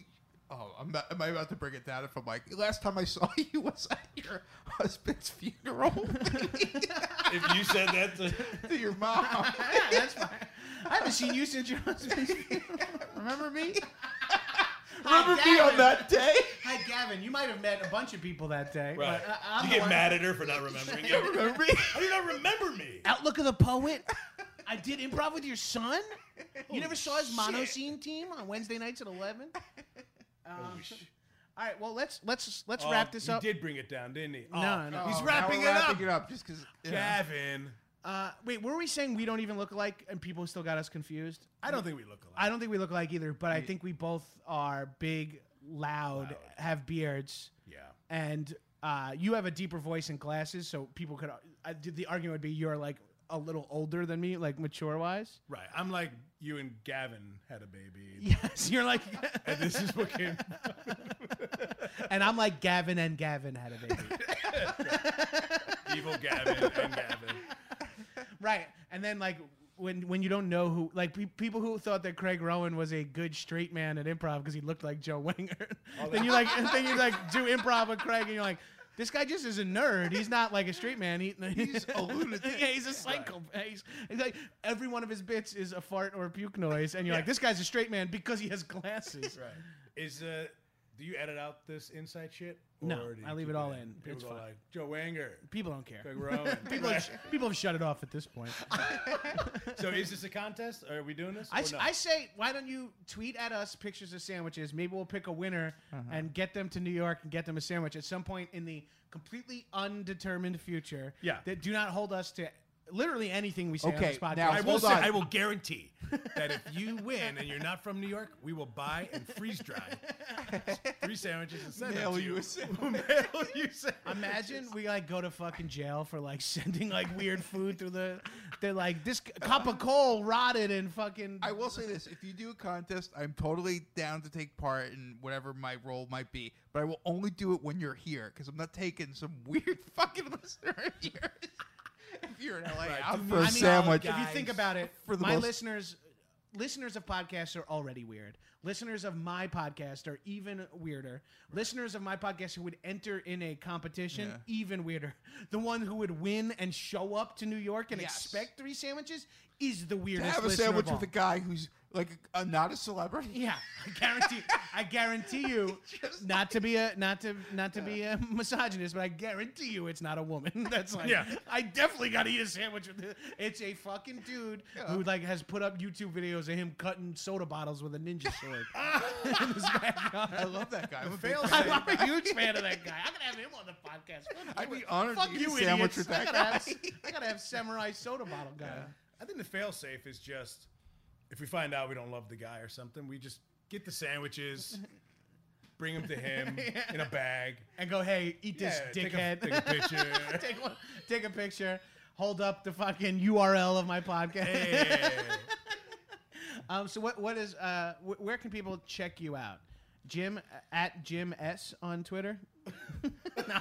E: Oh, I'm not, am I about to bring it down if I'm like, last time I saw you was at your husband's funeral
C: if you said that, to,
E: to your mom.
A: yeah, that's fine. I haven't seen you since your husband's
E: Remember me?
A: Remember
E: Me on that day?
A: Hi, Gavin. You might have met a bunch of people that day.
C: right?
A: But I, I'm
C: you
A: the
C: get
A: one-
C: mad at her for not remembering you.
E: Remember me?
C: How do you not remember me?
A: Outlook of the Poet. I did improv with your son. you never saw his monoscene team on Wednesday nights at eleven. Um, all right, well let's let's let's
C: Oh,
A: wrap this
C: he
A: up.
C: did bring it down, didn't he?
A: No,
C: Oh,
A: no.
C: He's
E: Oh, now
C: wrapping
E: we're
C: it up.
E: wrapping it up just because.
C: Gavin.
A: Uh, wait, were we saying we don't even look alike and people still got us confused?
C: I don't think we look alike.
A: I don't think we look alike either, but I think we both are big, loud, have beards,
C: yeah.
A: and uh, you have a deeper voice and glasses, so people could. I, the argument would be you're like a little older than me, like mature wise.
C: Right. I'm like you and Gavin had a baby.
A: Yes, you're like.
C: And this is what came.
A: and I'm like Gavin and Gavin had a baby.
C: Evil Gavin and Gavin.
A: right. And then like when when you don't know who like pe- people who thought that Craig Rowan was a good straight man at improv because he looked like Joe Wenger. then you like then you like do improv with Craig and you're like this guy just is a nerd. He's not like a straight man. He, he's a lunatic. yeah, he's a psycho. He's, he's like every one of his bits is a fart or a puke noise, and you're like, this guy's a straight man because he has glasses.
C: Right. Is uh, do you edit out this inside shit?
A: No,
C: or do you
A: I leave
C: keep
A: it all
C: in?
A: in.
C: People
A: It's
C: go
A: fine.
C: like Joe Wanger,
A: People don't care.
C: Greg Rowan.
A: People have, people have shut it off at this point.
C: so is this a contest? Are we doing this?
A: I,
C: or
A: s-
C: no?
A: I say, why don't you tweet at us pictures of sandwiches? Maybe we'll pick a winner
C: Uh-huh.
A: and get them to New York and get them a sandwich at some point in the completely undetermined future.
C: Yeah.
A: That do not hold us to literally anything we say on
E: Okay,
A: this podcast.
E: now-
C: I will
E: Hold
C: say,
E: on.
C: I will guarantee that if you win and you're not from New York, we will buy and freeze dry three sandwiches and send
E: Mail
C: them to
E: you
C: you.
E: a sandwich.
C: We'll mail you sandwiches.
A: Imagine we like go to fucking jail for like sending like weird food through the. They're like this c- cup of coal rotted and fucking.
E: I will say this: if you do a contest, I'm totally down to take part in whatever my role might be. But I will only do it when you're here, because I'm not taking some weird fucking listener of yours. if you're in LA, I'm for
A: I
E: a
A: mean,
E: sandwich.
A: If you think about it,
E: For the
A: my
E: most-
A: listeners, listeners of podcasts are already weird. Listeners of my podcast are even weirder. Listeners of my podcast who would enter in a competition, even weirder. The one who would win and show up to New York and
E: Yes.
A: expect three sandwiches is the
E: To
A: weirdest.
E: have a
A: listener
E: sandwich
A: of all.
E: with a guy who's like a, not a celebrity.
A: Yeah, I guarantee. I guarantee you, not to be a not to not to be a misogynist, but I guarantee you, it's not a woman. That's like,
C: Yeah.
A: I definitely got to eat a sandwich with this. It's a fucking dude who like has put up YouTube videos of him cutting soda bottles with a ninja sword in his backyard.
E: I love that guy. I'm a big
C: fail
E: fan.
C: safe.
A: I'm a huge fan of that guy. I'm gonna have him on the podcast. Fuck
E: I'd
A: you,
E: be honored
A: fuck
E: to eat
A: you,
E: a sandwich
A: idiots.
E: with
A: I
E: that
A: gotta have
E: guy.
A: s- I gotta have samurai soda bottle guy.
C: I think the fail safe is just if we find out we don't love the guy or something, we just get the sandwiches, bring them to him in a bag.
A: And go, hey, eat this
C: Yeah, take a-
A: dickhead.
C: Take a, picture.
A: take one, take a picture, hold up the fucking URL of my podcast.
C: Hey.
A: Um, so what what is uh, wh- where can people check you out? Jim uh, at Jim S on Twitter. no,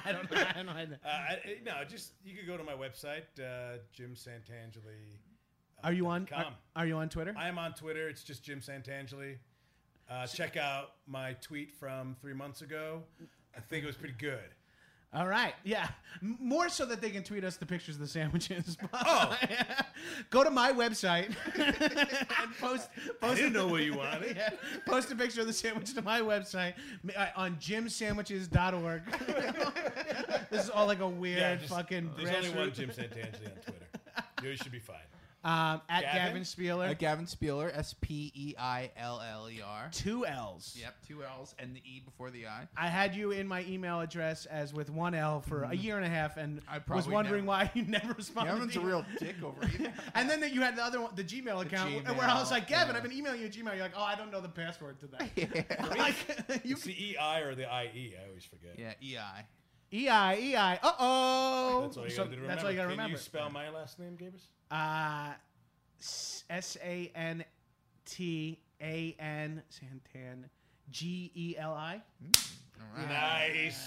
A: I don't know. I don't know.
C: Uh, I, I- no, just you could go to my website, uh, Jim Santangeli.
A: Are you on? Are,
C: com.
A: are you on Twitter?
C: I am on Twitter. It's just Jim Santangeli. Uh, check out my tweet from three months ago. I think it was pretty good.
A: All right. Yeah. M- More so that they can tweet us the pictures of the sandwiches.
C: Oh.
A: Go to my website and post
C: I
A: post
C: didn't know what you wanted.
A: yeah, post a picture of the sandwich to my website uh, on jimsandwiches.org. this is all like a weird
C: Yeah, just-
A: fucking
C: There's only one
A: grassroots-
C: Jim Santangeli on Twitter. You should be fine.
A: um, at Gavin,
C: Gavin?
A: Spieler.
E: Uh, Gavin Spieler, S P E I L L E R.
A: two L's.
E: Yep, two L's and the E before the I.
A: I had you in my email address as with one L for a year and a half, and
E: Mm-hmm. I
A: was
E: probably
A: wondering
E: never-
A: why you never responded.
E: Gavin's a
A: to
E: real dick over here.
A: And then that you had the other one, the Gmail account,
E: Gmail,
A: where I was like, Gavin,
E: yeah.
A: I've been emailing you Gmail. You're like, oh, I don't know the password to that.
E: yeah.
A: like, you
C: It's the EI or the IE. I always forget.
E: yeah, E I.
A: E I E I. Uh oh.
C: That's all you gotta do to remember.
A: That's all you gotta
C: Can
A: remember.
C: you spell my last name, Gabris?
A: uh, S A N T A N Santan G E L I. Ah,
E: All right.
C: Nice.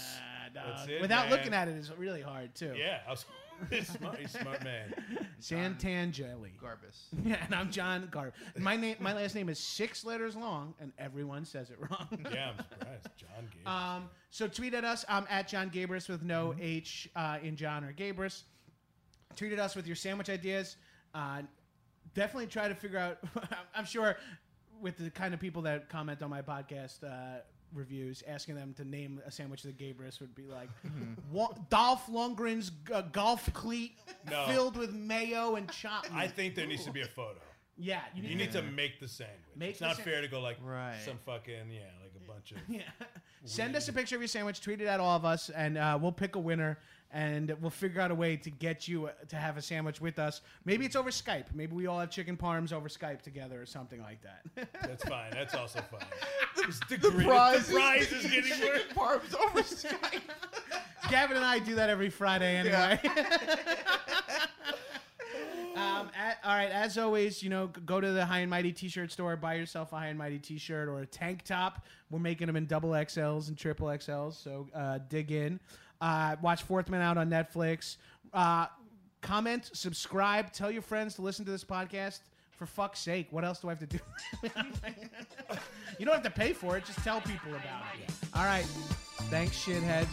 C: That's it,
A: Without
C: man.
A: looking at it is really hard too.
C: Yeah, I was smart, he's a smart man.
A: Santan jelly.
E: Garbus.
A: Yeah, and I'm John Garb. My name, my last name is six letters long, and everyone says it wrong.
C: Yeah, I'm surprised. John Gabris.
A: Um, so tweet at us. I'm at John Gabris with no H uh, in John or Gabris. Tweet at us with your sandwich ideas. Uh, definitely try to figure out. I'm sure with the kind of people that comment on my podcast uh, reviews, asking them to name a sandwich that Gabris would be like Wa- Dolph Lundgren's g- uh, golf cleat
C: No.
A: filled with mayo and chopped.
C: I
A: meat."
C: think there needs to be a photo.
A: yeah, you need,
C: You need to make the sandwich.
A: Make
C: it's
A: the
C: not
A: sa-
C: fair to go like
E: Right.
C: some fucking yeah, like a bunch of
A: Yeah. Send us a picture of your sandwich. Tweet it at all of us, and uh, we'll pick a winner. And we'll figure out a way to get you uh, to have a sandwich with us. Maybe it's over Skype. Maybe we all have chicken parms over Skype together or something like that.
C: That's fine. That's also fine. It's the, gri-
E: prize
C: the prize is getting worse.
E: Barb's over Skype.
A: Gavin and I do that every Friday anyway. um, at- all right, as always, you know, g- go to the High and Mighty T-shirt store, buy yourself a High and Mighty T-shirt or a tank top. We're making them in double XLs and triple XLs, so uh, dig in. Uh, watch Fourth Man Out on Netflix. Uh, comment, subscribe, tell your friends to listen to this podcast. For fuck's sake, what else do I have to do? you don't have to pay for it. Just tell people about it. All right. Thanks, shitheads.